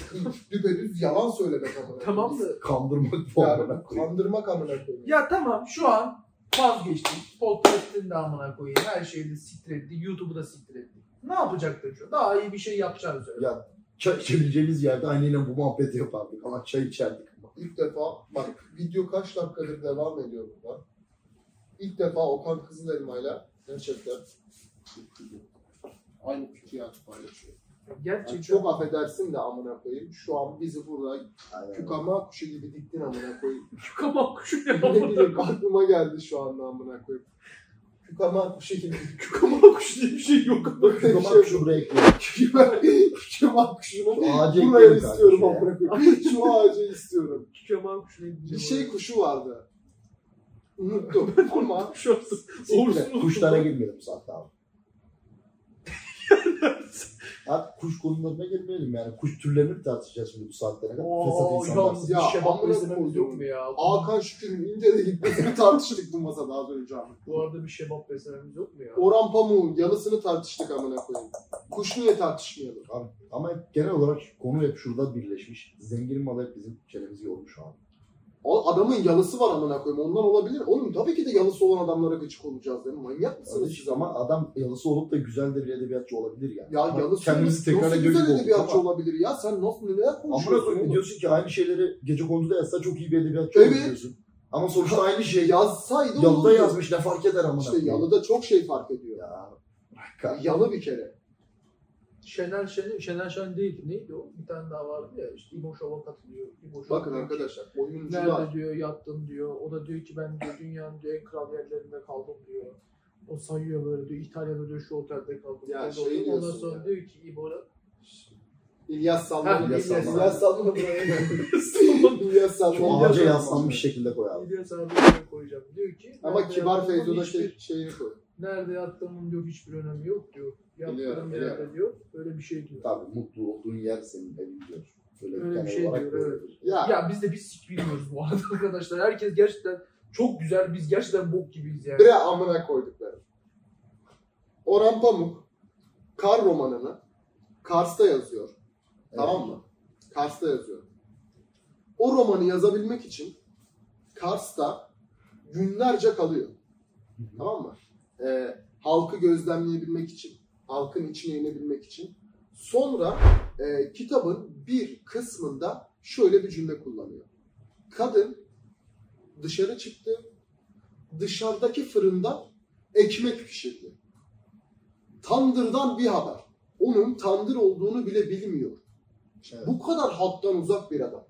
Speaker 3: Düpedüz yalan söylemek amına koyayım.
Speaker 1: tamam mı?
Speaker 2: kandırmak bu amına
Speaker 3: Yani
Speaker 2: koyayım.
Speaker 3: kandırmak amına koyayım.
Speaker 1: Ya tamam şu an vazgeçtik. Podcast'in de amına koyayım. Her şeyi de siktir ettik. YouTube'u da siktir ettik. Ne yapacaktı şu? Daha iyi bir şey yapacağını söyle.
Speaker 2: Ya çay içebileceğimiz yerde anneyle bu muhabbeti yapardık ama çay içerdik ama.
Speaker 3: İlk defa bak video kaç dakikadır devam ediyor burada. İlk defa Okan Kızılelma'yla gerçekten aynı fikri açıp paylaşıyor.
Speaker 1: Gerçekten
Speaker 3: Yani çok affedersin de amına koyayım. Şu an bizi burada
Speaker 2: Aynen.
Speaker 3: kükama kuşu gibi diktin amına koyayım.
Speaker 1: kükama
Speaker 3: *laughs*
Speaker 1: kuşu
Speaker 2: *laughs*
Speaker 1: ya.
Speaker 3: Ne bileyim aklıma geldi şu anda amına koyayım. Kükama kuşu gibi.
Speaker 1: kükama kuşu diye bir şey yok.
Speaker 2: Kıkama
Speaker 3: şey-
Speaker 2: kuşu buraya ekleyelim.
Speaker 3: Kükama kuşunu
Speaker 2: Şu ağacı
Speaker 3: buraya
Speaker 2: ekleyelim
Speaker 3: istiyorum
Speaker 2: kardeşim ya.
Speaker 3: amına koyayım. Şu ağacı istiyorum.
Speaker 1: kükama kuşu ne diyeceğim?
Speaker 3: Bir şey kuşu vardı. Unuttum ama
Speaker 1: kuş olsun. Olursun.
Speaker 2: Kuşlara girmeyelim bu saatte abi. Artık kuş konularına girmeyelim yani. Kuş türlerini mi tartışacağız şimdi bu saatlere kadar?
Speaker 1: Ooo
Speaker 2: Fesat insanlar.
Speaker 1: yalnız
Speaker 3: Ya,
Speaker 1: bir şey
Speaker 3: amına
Speaker 1: beslememiz
Speaker 3: koydum.
Speaker 1: yok mu ya?
Speaker 3: Hakan Şükür'ün ince de gitmesini tartıştık bu masada az önce abi.
Speaker 1: Bu arada bir şebap beslememiz yok mu ya?
Speaker 3: Orhan Pamuk'un yalısını tartıştık amına koyayım. Kuş niye tartışmayalım?
Speaker 2: Abi, ama genel olarak konu hep şurada birleşmiş. Zenginin malı hep bizim çenemizi yormuş abi.
Speaker 3: O adamın yalısı var amına koyayım. Ondan olabilir. Oğlum tabii ki de yalısı olan adamlara gıcık olacağız değil mi? Manyak mısınız
Speaker 2: Kardeş
Speaker 3: siz ama?
Speaker 2: ama adam yalısı olup da güzel de bir edebiyatçı olabilir yani.
Speaker 3: Ya
Speaker 2: Ama
Speaker 3: yalısı
Speaker 2: kendimizi tekrar
Speaker 3: nasıl
Speaker 2: ediyor gibi
Speaker 3: güzel
Speaker 2: olduk
Speaker 3: edebiyatçı
Speaker 2: ama.
Speaker 3: olabilir ya? Sen nasıl neler
Speaker 2: Amına
Speaker 3: konuşuyorsun
Speaker 2: koyayım
Speaker 3: oğlum?
Speaker 2: diyorsun ki aynı şeyleri gece konuda yazsa çok iyi bir edebiyatçı
Speaker 3: Evet.
Speaker 2: olur diyorsun. Ama sonuçta aynı şey.
Speaker 3: *laughs* Yazsaydı
Speaker 2: Yalıda
Speaker 3: olurdu.
Speaker 2: yazmış ne fark eder amına
Speaker 3: İşte
Speaker 2: koyayım.
Speaker 3: yalıda çok şey fark ediyor.
Speaker 2: Ya.
Speaker 3: Yani yalı bir kere.
Speaker 1: Şener Şen, Şener Şen değil. Neydi o? Bir tane daha vardı ya. İşte İbo Şov'a katılıyor. İbo Şov'a
Speaker 3: Bakın arkadaşlar oyuncular
Speaker 1: Nerede diyor yattım diyor. O da diyor ki ben diyor, dünyanın diyor, en kral yerlerinde kaldım diyor. O sayıyor böyle diyor. İtalya'da diyor şu otelde kaldım.
Speaker 3: Ya
Speaker 1: Ben de
Speaker 3: şey
Speaker 1: oldum. Ondan
Speaker 3: diyorsun
Speaker 1: sonra
Speaker 3: ya.
Speaker 1: diyor ki İbo'ya
Speaker 3: İlyas
Speaker 1: Ha,
Speaker 3: Salman.
Speaker 2: İlyas Salman.
Speaker 3: İlyas Salman.
Speaker 2: *laughs*
Speaker 3: İlyas
Speaker 2: Şu
Speaker 3: Salman.
Speaker 2: ağaca
Speaker 3: İlyas
Speaker 2: yaslanmış şekilde koy abi.
Speaker 1: İlyas abi diyor, koyacağım. Diyor ki
Speaker 3: Ama
Speaker 1: nerede
Speaker 3: kibar
Speaker 1: yattığımın
Speaker 3: Feyzo'da
Speaker 1: hiçbir-
Speaker 3: şey, şeyini koy.
Speaker 1: Nerede yattığımın diyor hiçbir önemi yok diyor.
Speaker 3: Biliyorum,
Speaker 1: Yattığım
Speaker 3: biliyorum.
Speaker 1: yerde diyor. Böyle bir şey diyor.
Speaker 2: Tabii mutlu olduğun yer senin evin diyor. Böyle
Speaker 1: Öyle bir
Speaker 2: genel
Speaker 1: şey
Speaker 2: olarak
Speaker 1: diyor,
Speaker 2: böyledir.
Speaker 3: Ya,
Speaker 1: Ya biz de bir sik bilmiyoruz bu arada *laughs* arkadaşlar. Herkes gerçekten çok güzel. Biz gerçekten bok gibiyiz yani.
Speaker 3: bre amına koydukları. Orhan Pamuk Kar romanını Kars'ta yazıyor. Tamam mı? Kars'ta yazıyor. O romanı yazabilmek için Kars'ta günlerce kalıyor. Tamam mı? Ee, halkı gözlemleyebilmek için, halkın içine inebilmek için. Sonra e, kitabın bir kısmında şöyle bir cümle kullanıyor. Kadın dışarı çıktı, dışarıdaki fırında ekmek pişirdi. Tandırdan bir haber. onun tandır olduğunu bile bilmiyor.
Speaker 2: şey.
Speaker 3: Bu kadar halktan uzak bir adam.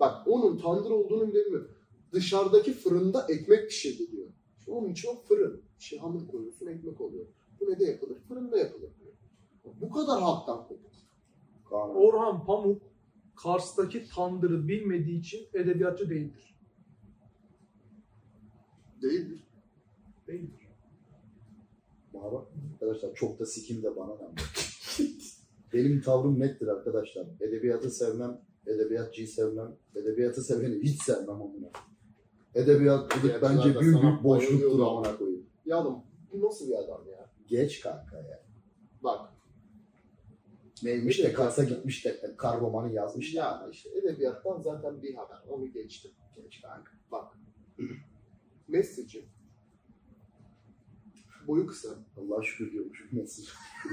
Speaker 3: Bak onun tandır olduğunu bile bilmiyor. Dışarıdaki fırında ekmek pişirdi diyor. Onun için o fırın. Bir şey hamur koyuyorsun ekmek oluyor. Bu ne de yapılır? Fırında yapılır diyor. Bu kadar halktan kopuk.
Speaker 2: Kaan abi.
Speaker 1: Orhan Pamuk Kars'taki tandırı bilmediği için edebiyatçı değildir.
Speaker 3: Değildir.
Speaker 1: Değildir.
Speaker 2: Merhaba. Arkadaşlar çok da sikim de bana ne? Benim tavrım nettir arkadaşlar. Edebiyatı sevmem, edebiyatçıyı sevmem, edebiyatı seveni hiç sevmem amına. Edebiyatçılık
Speaker 3: Edebiyatçılar da
Speaker 2: bence büyük
Speaker 3: sana
Speaker 2: bir boşluktur
Speaker 3: bayılıyorlar.
Speaker 2: amına koyayım.
Speaker 3: Ya oğlum bu nasıl bir adam ya?
Speaker 2: Geç kanka ya.
Speaker 3: Bak
Speaker 2: Neymiş de
Speaker 3: Edebiyat-
Speaker 2: Kars'a gitmiş de Karboman'ı yazmış da.
Speaker 3: ya işte edebiyattan zaten bir haber. Onu geçtim.
Speaker 2: Geç kanka.
Speaker 3: Bak. *clears throat* Messi'ci. Boyu kısa.
Speaker 2: Allah'a şükür diyormuşum. Mesaj.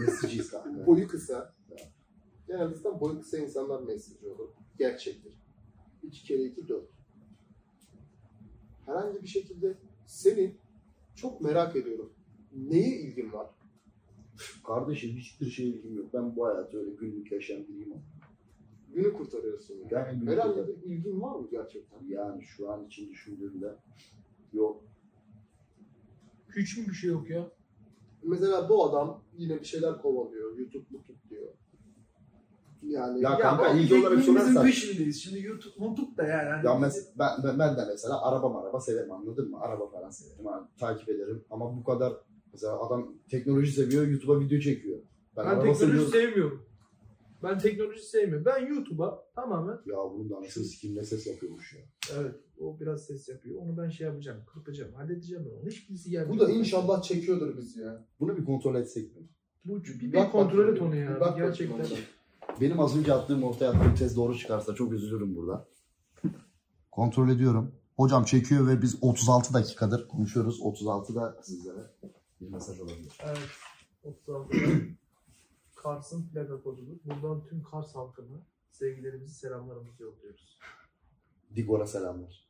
Speaker 2: Mesajcıyız
Speaker 3: *laughs*
Speaker 2: kanka.
Speaker 3: Boyu kısa. Genelde zaten boyu kısa insanlar Messi'ci olur. Gerçektir. 2 kere 2 4. Herhangi bir şekilde senin çok merak ediyorum. Neye ilgin var?
Speaker 2: Kardeşim hiçbir şey ilgim yok. Ben bu hayatı öyle günlük yaşayan biriyim ama.
Speaker 3: Günü kurtarıyorsun yani.
Speaker 2: Yani günlük
Speaker 3: Herhangi
Speaker 2: yaşam-
Speaker 3: bir ilgin var mı gerçekten?
Speaker 2: Yani şu an için düşündüğümde yok.
Speaker 1: Hiç mi bir şey yok ya?
Speaker 3: Mesela bu adam yine bir şeyler kovalıyor. YouTube YouTube diyor. Yani
Speaker 2: Ya kanka,
Speaker 1: bak,
Speaker 2: ilgi olarak
Speaker 1: ekmeğimizin
Speaker 2: sorarsan-
Speaker 1: peşindeyiz. Şimdi YouTube, YouTube da yani. hani
Speaker 2: Ya mes- ben, ben, ben de mesela araba maraba severim anladın mı? Araba falan severim. ha, takip ederim. Ama bu kadar mesela adam teknoloji seviyor YouTube'a video çekiyor. Ben,
Speaker 1: ben
Speaker 2: araba
Speaker 1: teknoloji
Speaker 2: seviyorum.
Speaker 1: sevmiyorum. Ben teknoloji sevmiyorum. Ben YouTube'a tamamen
Speaker 2: ya bunun da anasını sikeyim ne ses yapıyormuş ya.
Speaker 1: evet o biraz ses yapıyor. Onu ben şey yapacağım, kırpacağım, halledeceğim ben onu. Hiçbirisi gelmiyor.
Speaker 3: bu da inşallah çekiyordur bizi ya.
Speaker 2: Bunu bir kontrol etsek mi?
Speaker 1: Bu bir, bir
Speaker 3: Bak
Speaker 1: kontrol
Speaker 3: bakayım,
Speaker 1: et onu ya.
Speaker 3: bir bak
Speaker 1: Gerçekten.
Speaker 3: bakayım ona.
Speaker 2: Benim az önce attığım ortaya attığım tez doğru çıkarsa çok üzülürüm burada. *laughs* Kontrol ediyorum. Hocam çekiyor ve biz 36 dakikadır konuşuyoruz. 36'da sizlere bir mesaj olabilir.
Speaker 1: Evet. 36. Kars'ın plaka kodudur. Buradan tüm Kars halkına sevgilerimizi, selamlarımızı yolluyoruz.
Speaker 2: Digor'a selamlar.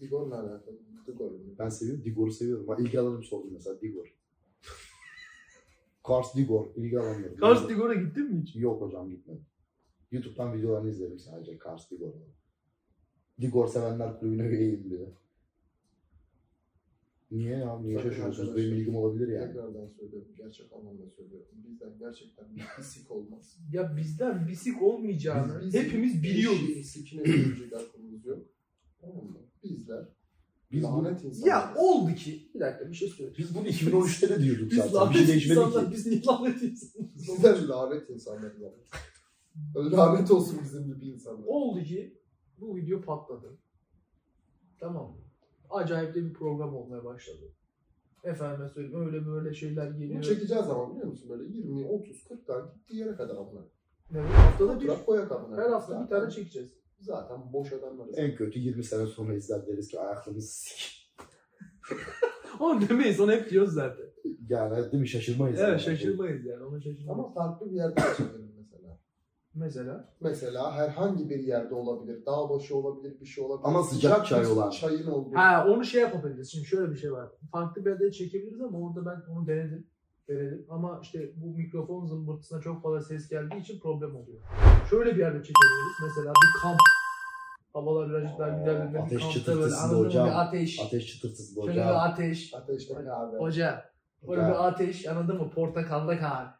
Speaker 3: Digor'la alakalı. Digor'la.
Speaker 2: Ben seviyorum. Digor'u seviyorum. Ben ilgi alanım sordum mesela Digor. Kars Digor. ilgi alanları.
Speaker 1: Kars Digor'a gittin mi hiç?
Speaker 2: Yok hocam gitmedim. YouTube'dan videolarını izlerim sadece Kars Digor'u. Digor sevenler kulübüne üyeyim diyor. Niye ya? Niye
Speaker 3: Sakın
Speaker 2: şaşırıyorsunuz?
Speaker 3: arkadaşlar.
Speaker 2: Benim ilgim olabilir yani.
Speaker 3: Tekrardan söylüyorum. Gerçek anlamda söylüyorum. Bizden gerçekten bir pisik olmaz.
Speaker 1: Ya bizden bisik olmayacağını hepimiz biliyoruz.
Speaker 3: Sikine söyleyecek aklımız yok. Tamam mı? Bizler
Speaker 2: Biz bunu,
Speaker 3: lanet insanlar.
Speaker 1: Ya oldu ki. Bir dakika bir şey söyleyeceğim.
Speaker 2: biz bunu 2013'te de diyorduk
Speaker 1: Biz
Speaker 2: zaten. Bir şey
Speaker 1: lanet
Speaker 2: değişmedi
Speaker 1: insanlar,
Speaker 2: ki.
Speaker 1: biz niye lanet insanlar?
Speaker 3: Bizler lanet insanlar. Lanet olsun bizim gibi insanlar.
Speaker 1: Oldu ki bu video patladı. Tamam mı? Acayip de bir program olmaya başladı. Efendime söyleyeyim öyle böyle şeyler
Speaker 3: Bunu
Speaker 1: geliyor.
Speaker 3: çekeceğiz zaman biliyor musun? Böyle 20, 30, 40 tane gittiği yere kadar abone.
Speaker 1: Evet, haftada bir.
Speaker 3: Bırak koyak abone.
Speaker 1: Her hafta bir
Speaker 3: Zaten-
Speaker 1: tane çekeceğiz.
Speaker 3: Zaten boş adamlarız.
Speaker 2: En kötü 20 sene sonra izler deriz ki ayaklarımızı sik.
Speaker 1: Onu demeyiz onu hep diyoruz zaten.
Speaker 2: Yani değil mi şaşırmayız.
Speaker 1: Evet
Speaker 2: yani.
Speaker 1: şaşırmayız yani ona şaşırmayız.
Speaker 3: Ama farklı bir yerden çekelim mesela.
Speaker 1: Mesela
Speaker 3: Mesela herhangi bir yerde olabilir. Dağ başı olabilir, bir şey olabilir.
Speaker 2: Ama sıcak çay
Speaker 3: bir
Speaker 2: olan.
Speaker 3: Çayın olduğu.
Speaker 1: ha onu şey yapabiliriz. Şimdi şöyle bir şey var. Farklı bir yerde çekebiliriz ama orada ben onu denedim. Denedim ama işte bu mikrofon zımbırtısına çok fazla ses geldiği için problem oluyor. Şöyle bir yerde çekebiliriz. Mesela bir kamp. Havalar birazcık daha
Speaker 2: Aa,
Speaker 1: güzel bir
Speaker 2: ateş
Speaker 1: kampta böyle
Speaker 2: çıtırtısı da
Speaker 1: anladın mı?
Speaker 2: hocam.
Speaker 1: Bir ateş.
Speaker 2: Ateş çıtırtısı da
Speaker 1: Şöyle
Speaker 2: hocam.
Speaker 1: bir ateş.
Speaker 3: Ateşte kahve.
Speaker 1: Hoca. Böyle
Speaker 2: Ya.
Speaker 1: bir ateş anladın mı? Portakalda kahve.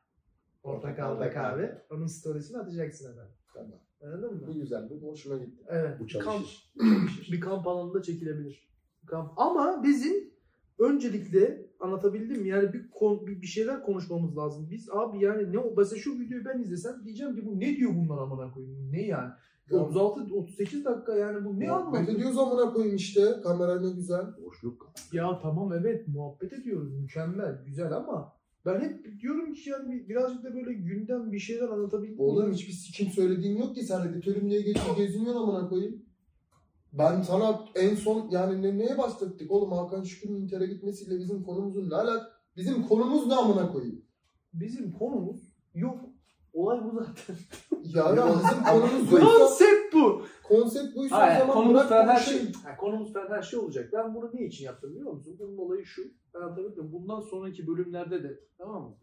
Speaker 1: Portakalda kahve. Onun storiesini atacaksın hemen.
Speaker 3: Tamam.
Speaker 1: Anladın
Speaker 3: Bu
Speaker 1: mı?
Speaker 3: güzel, bu hoşuma gitti.
Speaker 1: Evet.
Speaker 2: Bu
Speaker 1: Kamp
Speaker 2: çalışır.
Speaker 1: *clears throat*
Speaker 2: bu çalışır.
Speaker 1: bir kamp alanında çekilebilir. Bir Kamp. Ama bizim öncelikle anlatabildim mi? Yani bir, kon- bir bir şeyler konuşmamız lazım. Biz abi yani ne o mesela şu videoyu ben izlesem diyeceğim ki bu ne diyor bunlar amına koyayım? Ne yani?
Speaker 3: Ya-
Speaker 1: 36 38 dakika yani bu ne
Speaker 3: Muhabbet
Speaker 1: anlatıyor?
Speaker 3: ediyoruz amına koyayım işte. Kamera ne güzel.
Speaker 2: Boşluk.
Speaker 1: Ya tamam evet muhabbet ediyoruz. Mükemmel, güzel ama ben hep diyorum ki yani bir- birazcık da böyle gündem bir şeyler anlatabildim.
Speaker 3: Oğlum hiçbir sikim söylediğim yok ki sen editörüm diye geçiyor geziniyorsun amına koyayım. Ben sana en son yani ne, neye bahsettik oğlum Hakan Şükür'ün Inter'e gitmesiyle bizim konumuzun ne alak? Bizim konumuz ne amına koyayım?
Speaker 1: Bizim konumuz yok. Olay bu zaten.
Speaker 3: Ya ya bizim konumuz yoksa
Speaker 1: Konsept bu.
Speaker 3: konsept buysa o
Speaker 1: Hayır,
Speaker 3: zaman
Speaker 1: konumuz
Speaker 3: bırak
Speaker 1: falan her şey.
Speaker 3: konuşayım.
Speaker 1: Ha, konumuz falan her şey olacak. Ben bunu ne için yaptım biliyor musun? Bunun olayı şu. Ben hatırladım. Bundan sonraki bölümlerde de tamam mı?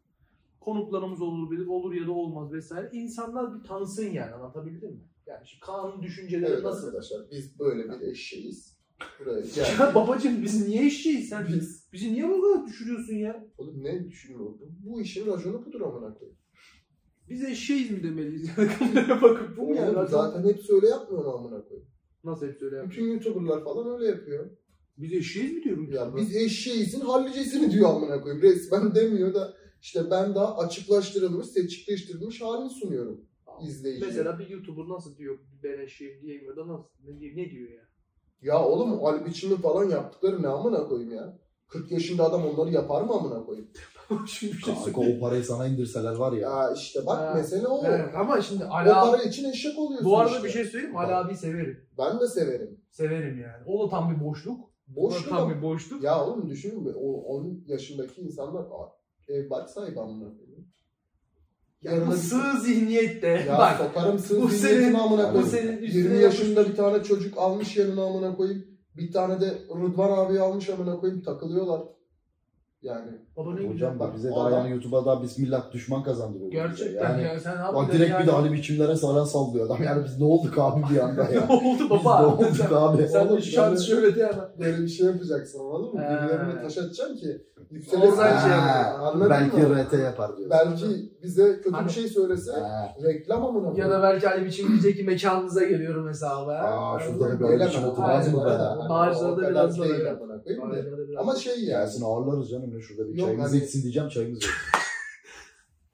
Speaker 1: konuklarımız olur bilir, olur ya da olmaz vesaire. İnsanlar bir tansın yani anlatabildim mi? Yani şimdi Kaan'ın düşünceleri
Speaker 3: Evet
Speaker 1: nasıl?
Speaker 3: arkadaşlar biz böyle bir eşeğiz. Buraya
Speaker 1: Ya
Speaker 3: geldik.
Speaker 1: babacım biz niye işçiyiz sen? Biz, bizi niye bu kadar düşürüyorsun ya?
Speaker 3: Oğlum ne düşünüyorum? Bu, bu işin raconu budur amına koyayım.
Speaker 1: Biz eşeğiz mi demeliyiz? *laughs* Kameraya bakıp bu mu yani?
Speaker 3: Oğlum zaten hepsi öyle yapmıyor mu amına koyayım?
Speaker 1: Nasıl hep söyle ya?
Speaker 3: Bütün YouTuber'lar falan öyle yapıyor.
Speaker 1: Biz eşeğiz mi diyorum?
Speaker 3: Ya biz eşeğizin hallicesini diyor amına koyayım. Resmen demiyor da işte ben daha açıklaştırılmış, seçikleştirilmiş halini sunuyorum izleyiciye.
Speaker 4: Mesela bir YouTuber nasıl diyor ben eşeğim diyemiyor da nasıl? Ne, diyor- ne diyor ya?
Speaker 3: Ya oğlum al biçimi falan yaptıkları ne amına koyayım ya? 40 yaşında adam onları yapar mı amına koyayım?
Speaker 1: Şimdi bir şey
Speaker 2: Kanka
Speaker 1: söyle.
Speaker 2: o parayı sana indirseler var ya.
Speaker 3: Ya işte bak
Speaker 4: Ha.
Speaker 3: mesele o.
Speaker 4: Evet, ama şimdi
Speaker 3: O
Speaker 4: Ala
Speaker 3: para için eşek oluyorsun
Speaker 4: bu arada
Speaker 3: işte.
Speaker 4: bir şey söyleyeyim mi? Ala abiyi severim.
Speaker 3: Ben de severim.
Speaker 4: Severim yani. O da tam bir boşluk.
Speaker 3: Boş
Speaker 4: o da tam
Speaker 3: mu?
Speaker 4: bir boşluk.
Speaker 3: Ya oğlum düşünün mü? O, 10 yaşındaki insanlar Aa, ev bak sahibi amına koyayım.
Speaker 4: Yani
Speaker 3: Yarına-
Speaker 4: sığ zihniyette.
Speaker 3: Ya
Speaker 4: Bak
Speaker 3: sokarım sığ
Speaker 4: bu
Speaker 3: zihniyetin
Speaker 4: senin-
Speaker 3: amına
Speaker 2: bu
Speaker 3: koyayım.
Speaker 4: senin üstüne
Speaker 3: 20
Speaker 4: yapış-
Speaker 3: yaşında bir tane çocuk almış yanına amına koyayım. Bir tane de Rıdvan abi almış amına koyayım takılıyorlar. Yani
Speaker 4: baba ne
Speaker 2: Hocam
Speaker 4: güzel
Speaker 2: bak
Speaker 4: bak.
Speaker 2: bize daha
Speaker 3: Adam-
Speaker 2: yani YouTube'a daha bismillah düşman kazandırıyor. bize.
Speaker 4: Gerçekten
Speaker 2: Yani,
Speaker 4: ya sen
Speaker 2: Bak
Speaker 4: harbiden
Speaker 2: direkt
Speaker 4: yani-
Speaker 2: bir de
Speaker 4: *laughs*
Speaker 2: hani biçimlere saran sallıyor adam. Yani biz ne olduk abi bir anda
Speaker 4: *laughs*
Speaker 1: Ne
Speaker 2: ya.
Speaker 1: oldu
Speaker 2: biz ne
Speaker 1: baba?
Speaker 2: olduk abi?
Speaker 4: Sen
Speaker 3: Oğlum,
Speaker 4: de şu an
Speaker 3: yani-
Speaker 4: şöyle diye ama.
Speaker 3: böyle bir şey yapacaksın anladın mı?
Speaker 1: He.
Speaker 3: Birilerine taş atacaksın ki yükselesin.
Speaker 4: Oradan şey
Speaker 3: Ha,
Speaker 4: yapıyor.
Speaker 3: Anladın
Speaker 2: Belki
Speaker 3: mı?
Speaker 2: RT yapar diyor.
Speaker 3: Belki bize kötü
Speaker 4: Hani-
Speaker 3: bir şey söylese
Speaker 2: Ha.
Speaker 3: reklam amına
Speaker 4: Ya da belki Ali biçim diyecek ki mekanınıza geliyorum hesaba.
Speaker 2: Aa,
Speaker 4: Yani
Speaker 2: şurada bir
Speaker 4: böyle-
Speaker 2: böyle bir şey oturmaz mı be?
Speaker 4: Bağcılar'da biraz
Speaker 3: değil
Speaker 4: böyle.
Speaker 3: amına koyayım da.
Speaker 4: Aynen öyle.
Speaker 3: Ama şey yani.
Speaker 2: Gelsin ağırlarız canım ya şurada bir
Speaker 3: Yok,
Speaker 2: çayımız
Speaker 3: hani-
Speaker 2: içsin diyeceğim çayımız yok.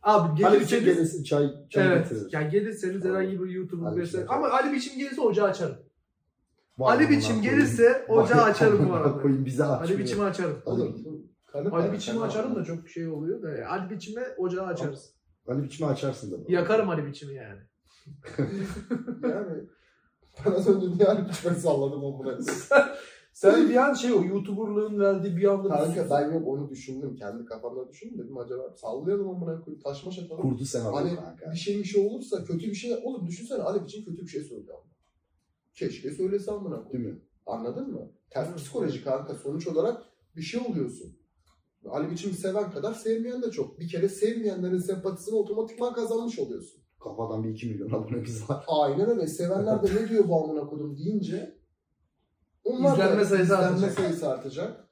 Speaker 4: Abi
Speaker 2: Ali
Speaker 4: gelirse
Speaker 2: biçim gelirsin çay, çay
Speaker 4: Evet.
Speaker 2: getirir.
Speaker 4: Yani gelirseniz
Speaker 2: Tamam.
Speaker 4: herhangi bir YouTuber
Speaker 2: Ali biçim
Speaker 4: vesaire.
Speaker 2: yapar.
Speaker 4: Ama Ali biçim gelirse ocağı açarım.
Speaker 2: Vay
Speaker 4: Ali
Speaker 2: amına
Speaker 4: biçim
Speaker 2: koyayım.
Speaker 4: gelirse
Speaker 2: Vay
Speaker 4: ocağı açarım bu
Speaker 2: amına
Speaker 4: arada.
Speaker 2: Koyayım bize açmıyor.
Speaker 4: Ali biçimi açarım.
Speaker 3: Oğlum, kanı
Speaker 4: Ali
Speaker 3: para,
Speaker 4: biçimi
Speaker 3: kanı
Speaker 4: açarım
Speaker 3: para.
Speaker 4: da çok şey oluyor da. yani. Ali biçime ocağı açarız.
Speaker 2: Ali biçimi açarsın da.
Speaker 4: Yakarım Ali biçimi yani.
Speaker 3: Yani ben az önce niye Ali biçime salladım amına koyayım?
Speaker 4: *laughs* Sen bir an şey o YouTuber'lığın verdiği bir anda bir-
Speaker 3: Kanka ben yok onu düşündüm. Kendi kafamda düşündüm. Dedim acaba sallayalım amına koyayım. Taşmaş atalım.
Speaker 2: Kurdu sen
Speaker 3: Ali
Speaker 2: abi kanka.
Speaker 3: bir şey bir şey olursa kötü bir şey. Oğlum düşünsene Ali için kötü bir şey söyledi amına. Keşke söylese amına koyayım.
Speaker 2: Değil mi?
Speaker 3: Anladın mı? Ters psikoloji kanka. Sonuç olarak bir şey oluyorsun. Ali biçim seven kadar sevmeyen de çok. Bir kere sevmeyenlerin sempatisini otomatikman kazanmış oluyorsun.
Speaker 2: Kafadan bir 2 milyon abone biz var.
Speaker 3: Aynen öyle. Sevenler de ne diyor bu amına koydum deyince onlar
Speaker 4: İzlenme
Speaker 3: da
Speaker 4: sayısı
Speaker 3: izlenme
Speaker 4: artacak.
Speaker 3: sayısı artacak.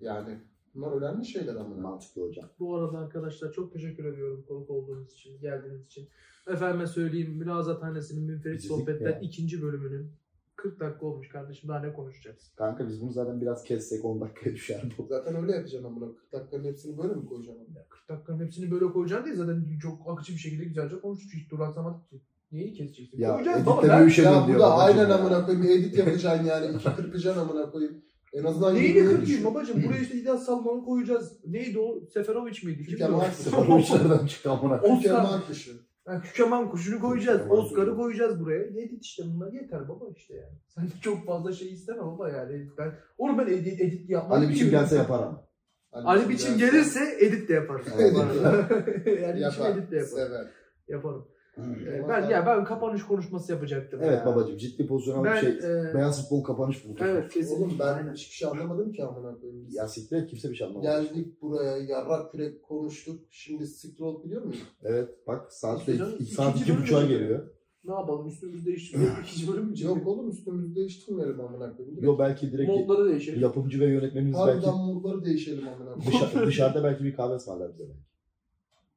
Speaker 3: Yani bunlar önemli şeyler amına.
Speaker 2: Mantıklı hocam.
Speaker 4: Bu arada arkadaşlar çok teşekkür ediyorum konuk olduğunuz için, geldiğiniz için. Efendime söyleyeyim Münazathanesi'nin Münferit
Speaker 2: Bizi zik
Speaker 4: Sohbetler
Speaker 2: ya.
Speaker 4: ikinci bölümünün 40 dakika olmuş kardeşim daha ne konuşacağız?
Speaker 2: Kanka biz bunu zaten biraz kessek 10 dakikaya düşer bu.
Speaker 3: Zaten öyle yapacağım amına. 40 dakikanın hepsini böyle mi koyacağım? amına?
Speaker 4: Ya 40 dakikanın hepsini böyle koyacaksın diye zaten çok akıcı bir şekilde güzelce konuştuk. Hiç duraksamadık ki. Neyi keseceksin?
Speaker 2: Ya
Speaker 4: Koyacaksın baba,
Speaker 2: editte
Speaker 4: ben-
Speaker 2: üşemiyorum
Speaker 3: Ya
Speaker 2: diyor.
Speaker 3: bu da
Speaker 2: babacım
Speaker 3: aynen
Speaker 2: ya. *laughs*
Speaker 3: amına koyayım. Bir edit yapacaksın yani. İki kırpacaksın amına koyayım. En azından
Speaker 4: Neyini
Speaker 3: yirmiye
Speaker 4: kırpayım
Speaker 3: düşün.
Speaker 4: babacım? Buraya işte İlyas Salman'ı koyacağız. Neydi o? Seferovic miydi? Kimdi
Speaker 3: Kemal
Speaker 4: o?
Speaker 2: Sıfır o işlerden çıktı amına.
Speaker 4: Oscar-
Speaker 3: Türkiye mark dışı.
Speaker 4: Ha, Kükeman kuşunu koyacağız.
Speaker 2: Kükeman
Speaker 4: Oscar'ı
Speaker 2: kuşu.
Speaker 4: koyacağız buraya. Edit işte bunlar yeter baba işte yani. *laughs* Sen de çok fazla şey isteme baba yani. Ben, onu ben edit, edit yapmam.
Speaker 2: Ali biçim gelse yapar ama.
Speaker 3: Hani
Speaker 4: Ali biçim gelirse edit de yaparım.
Speaker 2: Edit
Speaker 4: Bu arada. yani biçim
Speaker 3: şey. yapar.
Speaker 4: edit de yaparım.
Speaker 3: Sever.
Speaker 4: Yaparım.
Speaker 2: Hı.
Speaker 4: Ee, ben ya ben kapanış konuşması yapacaktım.
Speaker 2: Evet
Speaker 4: ya.
Speaker 2: babacım ciddi pozisyona bir
Speaker 4: Ben
Speaker 2: şey.
Speaker 4: e,
Speaker 2: Beyaz futbol kapanış buldu.
Speaker 4: evet kesinlikle.
Speaker 3: Oğlum ben
Speaker 4: Aynen.
Speaker 3: hiçbir şey anlamadım ki amına koyayım. Biz
Speaker 2: Ya siktir et, kimse bir şey anlamadı.
Speaker 3: Geldik buraya yarrak kürek konuştuk. Şimdi scroll biliyor muyum?
Speaker 2: Evet bak saat,
Speaker 4: Hocam,
Speaker 2: iki, saat
Speaker 4: ikinci
Speaker 2: iki buçuğa
Speaker 4: bölüm
Speaker 2: geliyor.
Speaker 4: Ne yapalım üstümüzü değiştirelim. İkinci bölüm mü?
Speaker 3: Yok oğlum üstümüzü değiştirmeyelim amına koyayım.
Speaker 2: Yo belki direkt
Speaker 4: Modları değişelim.
Speaker 2: yapımcı ve yönetmenimiz belki
Speaker 3: Harbiden modları değişelim amına koyayım.
Speaker 2: dışa- dışarıda belki bir kahve ısmarlar bize.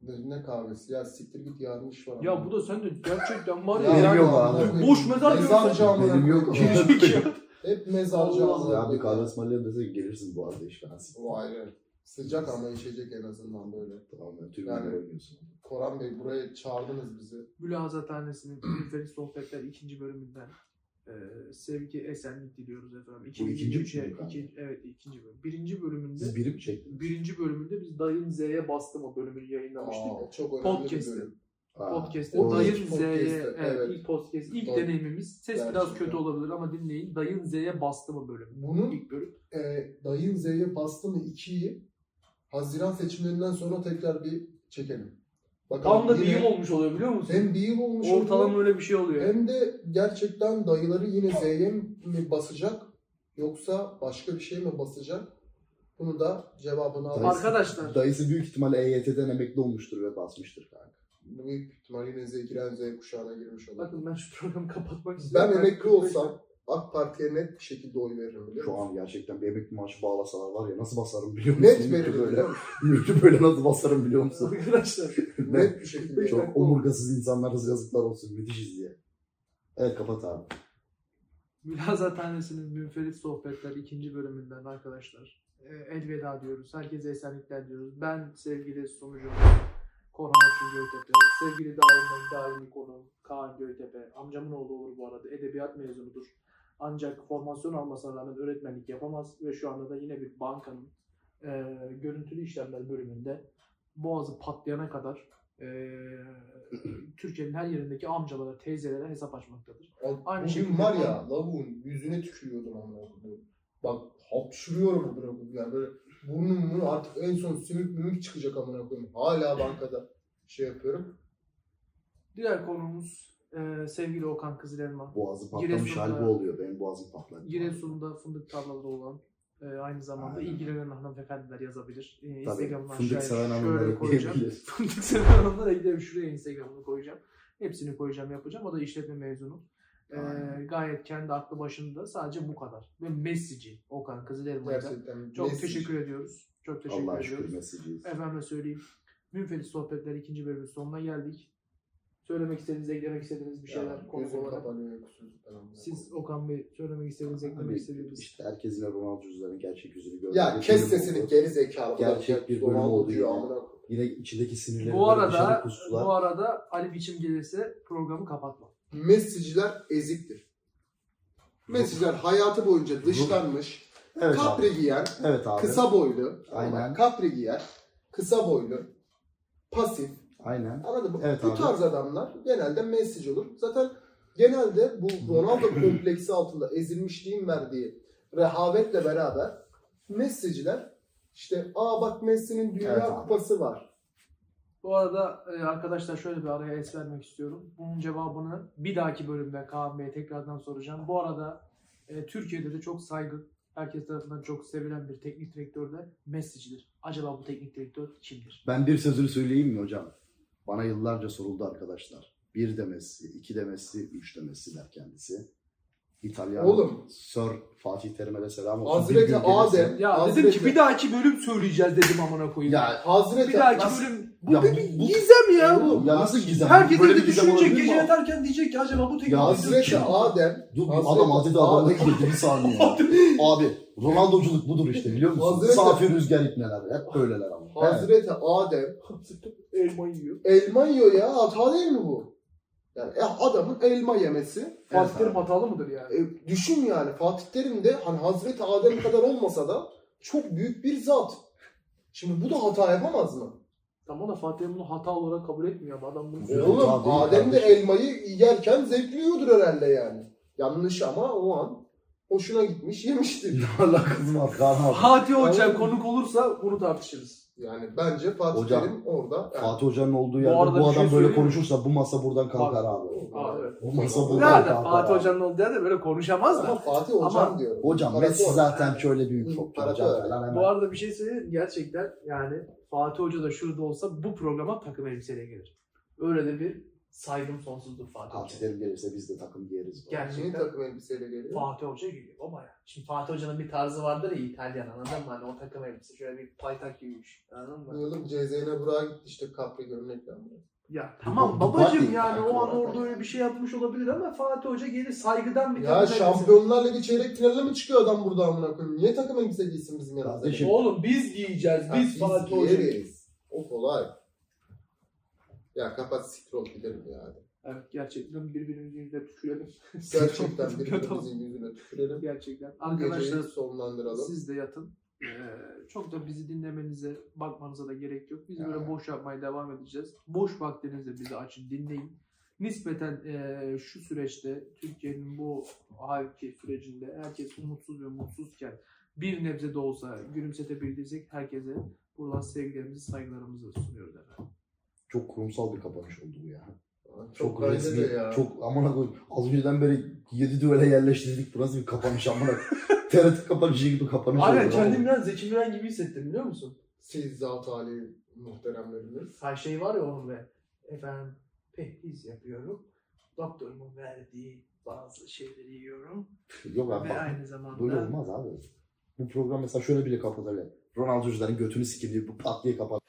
Speaker 2: şey-
Speaker 3: ne kahvesi ya siktir git yarın iş var.
Speaker 1: Ya bu da sen de gerçekten var
Speaker 2: Ya,
Speaker 1: ya.
Speaker 2: yok abi.
Speaker 1: Boş mezar
Speaker 3: Mezarcı
Speaker 1: *laughs*
Speaker 3: amına
Speaker 2: Benim yok.
Speaker 3: koyayım.
Speaker 1: Kirişlik ya. *laughs*
Speaker 3: Hep mezarcı
Speaker 1: Allah Allah.
Speaker 3: amına
Speaker 2: Ya bir
Speaker 3: koyayım.
Speaker 2: kahve ısmarlayalım desek gelirsin bu arada iş kanası.
Speaker 3: O ayrı. Sıcak ama içecek en azından böyle.
Speaker 2: Tamam yani tüm günleri
Speaker 3: Yani.
Speaker 2: oynuyorsun.
Speaker 3: Koran Bey buraya çağırdınız bizi.
Speaker 1: Mülazathanesi'nin Münferit Sohbetler ikinci bölümünden e, sevgi esenlik diliyoruz efendim.
Speaker 2: ikinci
Speaker 1: 2023'e
Speaker 2: bölüm galiba.
Speaker 1: iki, evet ikinci bölüm. Birinci bölümünde
Speaker 2: Siz biri mi çektiniz?
Speaker 1: birinci bölümünde biz Dayın Z'ye bastım o bölümünü yayınlamıştık.
Speaker 3: Aa, çok önemli
Speaker 1: Podcast'te.
Speaker 3: bir bölüm.
Speaker 2: Aa,
Speaker 1: Podcast'te
Speaker 2: o-
Speaker 1: Dayın Z'ye
Speaker 3: ilk podcast'te,
Speaker 1: evet,
Speaker 3: evet.
Speaker 1: ilk podcast ilk
Speaker 3: Doğru.
Speaker 1: deneyimimiz. Ses biraz
Speaker 3: Gerçekten.
Speaker 1: kötü olabilir ama dinleyin. Dayın Z'ye bastı mı bölümü.
Speaker 3: Bunun
Speaker 1: İlk bölüm.
Speaker 3: e, Dayın Z'ye bastı mı 2'yi Haziran seçimlerinden sonra tekrar bir çekelim.
Speaker 1: Tam da bir
Speaker 3: yine-
Speaker 1: yıl olmuş oluyor biliyor musun?
Speaker 3: Hem bir yıl olmuş
Speaker 1: Ortalama
Speaker 3: oluyor,
Speaker 1: öyle bir şey oluyor.
Speaker 3: hem de gerçekten dayıları yine Z'ye mi basacak yoksa başka bir şey mi basacak? Bunu da cevabını
Speaker 2: Dayısı-
Speaker 3: alırız.
Speaker 1: Arkadaşlar
Speaker 2: Dayısı büyük ihtimal EYT'den emekli olmuştur ve basmıştır kanka.
Speaker 3: Büyük ihtimal yine Z, giren Z kuşağına girmiş olur.
Speaker 1: bakın ben şu programı kapatmak
Speaker 3: ben
Speaker 1: istiyorum.
Speaker 3: emekli olsam AK Parti'ye net bir şekilde oy veririm biliyor
Speaker 2: Şu
Speaker 3: musun?
Speaker 2: an gerçekten bir emekli maaşı bağlasalar var ya nasıl basarım biliyor musun?
Speaker 3: Net
Speaker 2: Yürü
Speaker 3: veririm
Speaker 2: böyle. *laughs*
Speaker 3: biliyor musun?
Speaker 2: Yürü böyle nasıl basarım biliyor musun?
Speaker 1: Arkadaşlar
Speaker 2: Ben-
Speaker 3: Net bir şekilde.
Speaker 2: Çok omurgasız insanlarız yazıklar olsun müthişiz diye. Evet kapat abi.
Speaker 1: Mülazathanesi'nin Münferit Sohbetler ikinci bölümünden arkadaşlar. Ee, elveda diyoruz. Herkese esenlikler diyoruz. Ben sevgili sunucum Korhan Orçun Göytepe, sevgili daimi, daimi konuğum Kaan Göytepe, amcamın oğlu olur bu arada, edebiyat mezunudur. Ancak formasyon almasına rağmen öğretmenlik yapamaz ve şu anda da yine bir bankanın e, görüntülü işlemler bölümünde boğazı patlayana kadar e, Türkiye'nin her yerindeki amcalara, teyzelere hesap açmaktadır. Aynı
Speaker 3: Aynı
Speaker 1: şekilde-
Speaker 3: Bugün var ya lavuğun yüzüne tükürüyordum ama Bak hapşırıyorum bırakıp yani böyle burnum bunu artık en son sümük mümük çıkacak amına koyayım. Hala bankada şey yapıyorum.
Speaker 1: Diğer konuğumuz e, sevgili Okan Kızılelma.
Speaker 2: Boğazı patlamış
Speaker 1: Giresun'da-
Speaker 2: halde oluyor. Benim boğazım patladı.
Speaker 1: Giresun'da fındık tarlaları olan e, aynı zamanda
Speaker 2: Aynen.
Speaker 1: ilgilenen hanımefendiler yazabilir. E,
Speaker 2: Tabii
Speaker 1: Instagram'dan
Speaker 2: fındık seven hanımları
Speaker 1: koyacağım.
Speaker 2: diyebilir.
Speaker 1: *laughs* Fındık seven hanımlara gidelim şuraya Instagram'ını koyacağım. Hepsini koyacağım yapacağım. O da işletme mezunu. E,
Speaker 2: Aynen.
Speaker 1: gayet kendi aklı başında sadece bu kadar. Ve Messi'ci Okan Kızılelma'ya da
Speaker 3: Gerçekten.
Speaker 1: çok
Speaker 3: neyse.
Speaker 1: teşekkür ediyoruz. Çok teşekkür
Speaker 2: Allah'a
Speaker 1: ediyoruz.
Speaker 2: şükür mesajıyız.
Speaker 1: Efendim söyleyeyim. Münferit Sohbetler ikinci bölümün sonuna geldik. Söylemek istediğiniz, eklemek istediğiniz bir
Speaker 3: Ya,
Speaker 1: şeyler konu
Speaker 3: Gözüm
Speaker 1: olarak.
Speaker 3: kapanıyor kusuzluktan amına
Speaker 1: Siz
Speaker 3: koyayım.
Speaker 1: Okan Bey söylemek istediğiniz, eklemek
Speaker 2: Abi,
Speaker 1: istediğiniz.
Speaker 2: işte herkesin Ronaldo'cuların gerçek yüzünü gördü.
Speaker 3: Ya
Speaker 2: Bir
Speaker 3: kes
Speaker 2: bölüm
Speaker 3: sesini
Speaker 2: oldu.
Speaker 3: geri zekalı.
Speaker 2: Gerçek bir bölüm oldu
Speaker 3: Ronaldo'cu
Speaker 2: ya.
Speaker 3: amına koyayım.
Speaker 2: Yine içindeki sinirleri
Speaker 1: bu
Speaker 2: böyle dışarı
Speaker 1: arada
Speaker 2: kustular.
Speaker 1: bu arada Ali biçim gelirse programı kapatma.
Speaker 3: Messi'ciler eziktir. Messi'ciler hayatı boyunca dışlanmış,
Speaker 2: Evet abi.
Speaker 3: kapri giyen,
Speaker 2: Evet abi.
Speaker 3: kısa boylu,
Speaker 2: Aynen.
Speaker 3: kapri giyen, kısa boylu, pasif.
Speaker 2: Aynen.
Speaker 3: Anladın mı?
Speaker 2: Evet
Speaker 3: bu
Speaker 2: abi.
Speaker 3: tarz adamlar genelde Messi'ci olur. Zaten genelde bu
Speaker 2: *clears throat*
Speaker 3: Ronaldo kompleksi altında ezilmişliğin verdiği rehavetle beraber Messi'ciler işte aa bak Messi'nin Dünya
Speaker 2: Evet abi.
Speaker 3: Kupası var.
Speaker 1: Bu arada e, arkadaşlar şöyle bir araya es vermek istiyorum. Bunun cevabını bir dahaki bölümde Kaan Bey'e tekrardan soracağım. Bu arada e, Türkiye'de de çok saygın, herkes tarafından çok sevilen bir teknik direktör de Messi'cidir. Acaba bu teknik direktör kimdir?
Speaker 2: Ben bir sözünü söyleyeyim mi hocam? Bana yıllarca soruldu arkadaşlar. Bir demesi, iki demesi, üç demesi der kendisi. İtalyan
Speaker 3: Oğlum.
Speaker 2: Sir Fatih Terim'e de selam olsun. Bir
Speaker 3: Hazreti
Speaker 2: gün gelirse-
Speaker 3: Adem.
Speaker 1: Ya
Speaker 3: Hazreti-
Speaker 1: dedim ki bir dahaki bölüm söyleyeceğiz dedim amına koyayım.
Speaker 2: Ya
Speaker 3: Hazreti
Speaker 1: bir dahaki
Speaker 3: Nasıl-
Speaker 1: bölüm bu
Speaker 2: Ya
Speaker 1: bir,
Speaker 2: bu-
Speaker 1: bir
Speaker 2: bu-
Speaker 1: gizem ya.
Speaker 2: Oğlum, ya nasıl gizem?
Speaker 1: Herkes
Speaker 2: Böyle
Speaker 1: evde
Speaker 2: bir gizem
Speaker 1: düşünecek,
Speaker 2: olabilir mi?
Speaker 1: gece yatarken diyecek ki acaba bu teknik
Speaker 2: Ya
Speaker 1: direktör
Speaker 3: Hazreti
Speaker 1: kim?
Speaker 3: Adem
Speaker 2: Dur bir
Speaker 3: Hazreti
Speaker 2: adam Hazreti Adem'e
Speaker 3: Adem.
Speaker 2: girdi bir
Speaker 1: *laughs*
Speaker 2: saniye. *laughs* Abi Ronaldo'culuk budur işte biliyor musun?
Speaker 3: Hazreti-
Speaker 2: Misafir rüzgar ipneler. Hep böyleler ama. Evet.
Speaker 3: Hazreti Adem
Speaker 1: Elma yiyor.
Speaker 3: elma yiyor ya hata değil mi bu? Yani e, adamın elma yemesi.
Speaker 1: Fatih Terim
Speaker 2: abi.
Speaker 1: hatalı mıdır yani?
Speaker 3: E, düşün yani Fatih Terim de hani Hazreti Adem kadar olmasa da çok büyük bir zat. Şimdi bu da hata yapamaz mı?
Speaker 1: Tamam da Fatih Terim bunu hata olarak kabul etmiyor ama adam bunu
Speaker 2: Bu
Speaker 1: söylüyor.
Speaker 2: hata
Speaker 3: E Oğlum
Speaker 2: değil
Speaker 3: Adem de
Speaker 2: kardeşim.
Speaker 3: elmayı yerken zevkliyordur herhalde yani. Yanlış ama o an hoşuna gitmiş yemiştir.
Speaker 2: *laughs* Ne alakası var Kaan abi?
Speaker 1: Fatih Hoca
Speaker 3: Anladım.
Speaker 1: konuk olursa bunu tartışırız.
Speaker 3: Yani bence Fatih
Speaker 2: Hocam,
Speaker 3: Terim orada. Yani,
Speaker 2: Fatih Hoca'nın olduğu
Speaker 1: Bu
Speaker 2: yerde
Speaker 1: arada
Speaker 2: bu,
Speaker 1: bir şey
Speaker 2: adam böyle
Speaker 1: söyleyeyim mi?
Speaker 2: konuşursa bu masa buradan kalkar abi.
Speaker 1: Aa, evet.
Speaker 2: Bu masa
Speaker 1: Ne
Speaker 2: buradan
Speaker 1: adam
Speaker 2: kalkar
Speaker 1: Fatih
Speaker 2: abi.
Speaker 1: Hoca'nın olduğu yerde böyle konuşamaz
Speaker 3: Ama
Speaker 1: da.
Speaker 3: Fatih Hocam
Speaker 1: Ama-
Speaker 3: diyorum.
Speaker 2: Hocam
Speaker 3: İmparator.
Speaker 2: Messi zaten şöyle büyük topçu
Speaker 3: İmparator.
Speaker 2: hocam falan
Speaker 1: Bu
Speaker 2: hemen.
Speaker 1: arada bir şey söyleyeyim mi? gerçekten yani Fatih Hoca da şurada olsa bu programa takım elbiseyle gelir. Öyle de bir saygım sonsuzdur Fatih
Speaker 2: Fatih
Speaker 1: Hoca.
Speaker 2: Terim gelirse biz de takım giyeriz. bu arada.
Speaker 3: Yeni
Speaker 1: Gerçekten
Speaker 3: takım elbiseyle geliyor.
Speaker 1: Fatih Hoca geliyor baba ya. Şimdi Fatih Hoca'nın bir tarzı vardır ya İtalyan anladın mı? Hani o takım elbise şöyle bir paytak giymiş. Anladın mı?
Speaker 3: Oğlum CZN Burak'a gitti işte kapri görmek lazım.
Speaker 1: Ya tamam
Speaker 2: Bu- bu
Speaker 1: babacım
Speaker 2: Fatih
Speaker 1: yani
Speaker 2: farkı
Speaker 1: o an
Speaker 2: var.
Speaker 1: orada öyle bir şey yapmış olabilir ama Fatih Hoca gelir saygıdan bir
Speaker 3: Ya
Speaker 1: takım elbise-
Speaker 3: Şampiyonlar Ligi çeyrek finaline mi çıkıyor adam burada amına koyayım? Niye takım elbise giysin bizim yanımızda?
Speaker 2: Kardeşim,
Speaker 1: Oğlum biz giyeceğiz.
Speaker 3: Ha,
Speaker 1: Biz Fatih Hoca
Speaker 3: giyeriz. O kolay. Ya kapat siktir gidelim ya.
Speaker 1: Evet gerçekten birbirimizin yüzüne tükürelim. *laughs*
Speaker 3: Gerçekten
Speaker 1: Gerçekten.
Speaker 3: birbirimizin yüzüne tükürelim.
Speaker 1: Gerçekten.
Speaker 3: Geceyi
Speaker 1: Arkadaşlar
Speaker 3: sonlandıralım.
Speaker 1: siz de yatın. Ee, çok da bizi dinlemenize, bakmanıza da gerek yok. Biz böyle
Speaker 2: Evet.
Speaker 1: boş yapmaya devam edeceğiz. Boş vaktinizde bizi açın, dinleyin. Nispeten ee, şu süreçte, Türkiye'nin bu halki sürecinde herkes umutsuz ve mutsuzken bir nebze de olsa gülümsetebildiysek herkese buradan sevgilerimizi, saygılarımızı sunuyoruz efendim.
Speaker 2: Çok kurumsal bir kapanış oldu bu ya.
Speaker 3: Çok,
Speaker 2: Çok
Speaker 3: bence
Speaker 2: resmi,
Speaker 3: de ya.
Speaker 1: *laughs*
Speaker 2: çok amına koyayım. Az önceden beri 7 düvele yerleştirdik. Bu nasıl bir kapanış amına koyayım. TRT kapanışı gibi kapanış
Speaker 1: Aynen
Speaker 2: oldu.
Speaker 1: kendimi biraz Zeki Müren gibi hissettim biliyor musun?
Speaker 3: Siz zat hali muhteremlerimiz.
Speaker 1: Her şey var ya onun ve efendim pehliz yapıyorum. Doktorumun verdiği bazı şeyleri yiyorum.
Speaker 2: Yok abi
Speaker 1: ve
Speaker 2: bak,
Speaker 1: aynı zamanda
Speaker 2: böyle olmaz abi. Bu program mesela şöyle bile kapatabilir. Ronaldo'cuların götünü sikim diye bu pat diye kapat.